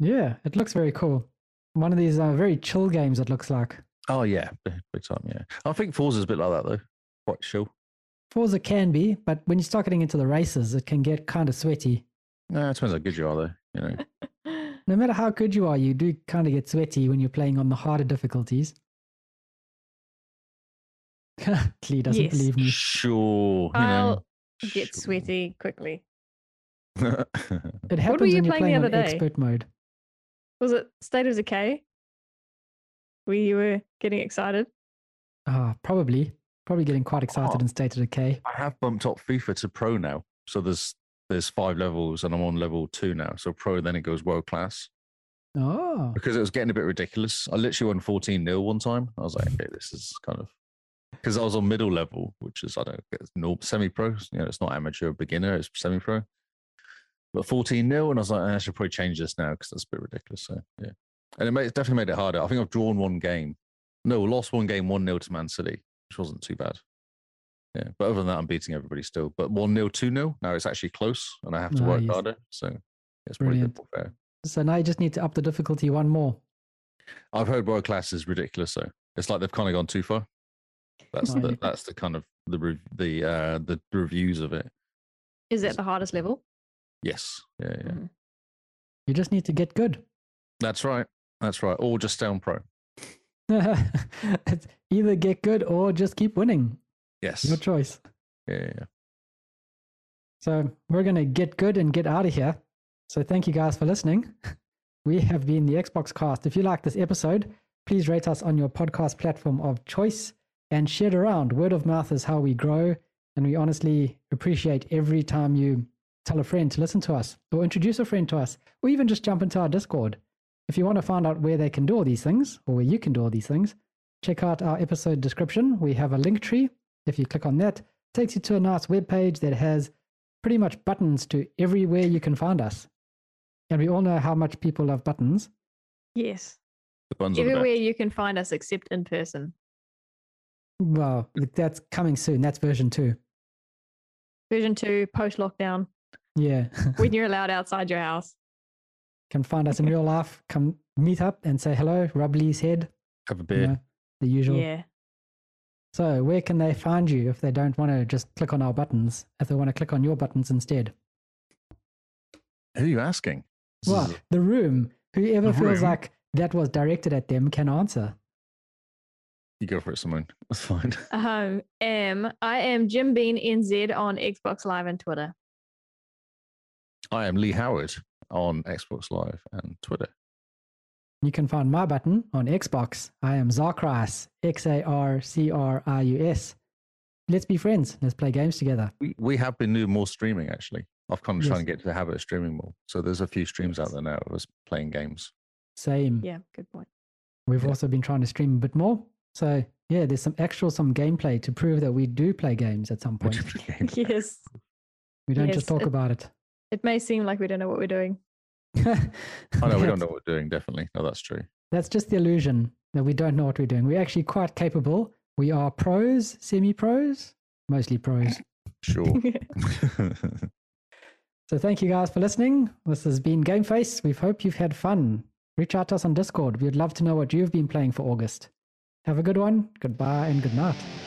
Yeah, it looks very cool. One of these uh, very chill games. It looks like
Oh, yeah. Big big time. Yeah. I think Forza's a bit like that, though. Quite chill.
Forza can be, but when you start getting into the races, it can get kind of sweaty.
No, it depends how good you are, though. You know,
Mm-hmm.
No matter how good you are, you do kind of get sweaty when you're playing on the harder difficulties. Klee doesn't
Yes.
believe me.
sure. You know,
I'll get
sure.
sweaty quickly.
It
What
happens
were
when
you
you're
playing the
playing on
other day?
expert mode.
Was it State of Decay? Where you were getting excited?
Ah, probably, probably getting quite excited
Oh.
in State of Decay.
I have bumped up FIFA to pro now. So there's there's five levels, and I'm on level two now. So pro, then it goes world class.
Oh,
because it was getting a bit ridiculous. I literally won 14 0 one time. I was like, okay, this is kind of because I was on middle level, which is, I don't get no semi pro, you know, it's not amateur or beginner, it's semi pro. But 14 0, and I was like, I should probably change this now because that's a bit ridiculous. So, yeah. And it made, it definitely made it harder. I think I've drawn one game. No, lost one game 1 0 to Man City, which wasn't too bad. Yeah. But other than that, I'm beating everybody still. But 1 0, 2 0, now it's actually close, and I have to work
Nice.
harder. So, it's probably a bit
Brilliant.
more fair.
so now you just need to up the difficulty one more.
I've heard world class is ridiculous though. It's like they've kind of gone too far. That's
Right.
the that's the kind of the rev- the uh the reviews of it. Is-
Is that the hardest level?
Yes. Yeah, yeah.
Mm.
You just need to get good.
That's right. That's right. Or just stay on pro.
it's either get good or just keep winning.
Yes.
Your choice.
Yeah, yeah, yeah.
So we're going to get good and get out of here. So thank you guys for listening. We have been the Xbox Cast. If you like this episode, please rate us on your podcast platform of choice and share it around. Word of mouth is how we grow. And we honestly appreciate every time you tell a friend to listen to us or introduce a friend to us or even just jump into our Discord. If you want to find out where they can do all these things or where you can do all these things, check out our episode description. We have a link tree. If you click on that, it takes you to a nice web page that has pretty much buttons to everywhere you can find us. And we all know how much people love buttons.
Yes.
The buns are the
Everywhere
best.
you can find us except in person.
Well, that's coming soon. That's version two.
Version two, post lockdown,
Yeah.
when you're allowed outside your house.
can find us in real life. Come meet up and say hello, rub Lee's head,
Have a
you
beer.
know, the usual.
Yeah.
So, where can they find you if they don't want to just click on our buttons, if they want to click on your buttons instead?
Who are you asking? This
Well,
is-
the room, whoever
The
feels
room?
like that was directed at them can answer.
you go for it, Simone. That's fine.
Um, am I am Jim Bean NZ on Xbox Live and Twitter.
I am Lee Howard on Xbox Live and Twitter.
You can find my button on Xbox. I am Zarkrius, X A R C R I U S. Let's be friends. Let's play games together.
We, we have been doing more streaming actually. I've kind of
Yes.
trying to get to the habit of streaming more. So there's a few streams out there now of us playing games.
Same.
Yeah, good point.
We've
Yeah.
also been trying to stream a bit more. So, yeah, there's some actual some gameplay to prove that we do play games at some point.
Yes.
We don't
Yes,
just talk
it-
about it.
It may seem like we don't know what we're doing.
I know Oh, we don't
That's-
know what we're doing, definitely. No, that's true.
That's just the illusion that we don't know what we're doing. We're actually quite capable. We are pros, semi pros, mostly pros.
Sure.
So thank you guys for listening. This has been Game Face. We hope you've had fun. Reach out to us on Discord. We'd love to know what you've been playing for August. Have a good one. Goodbye and good night.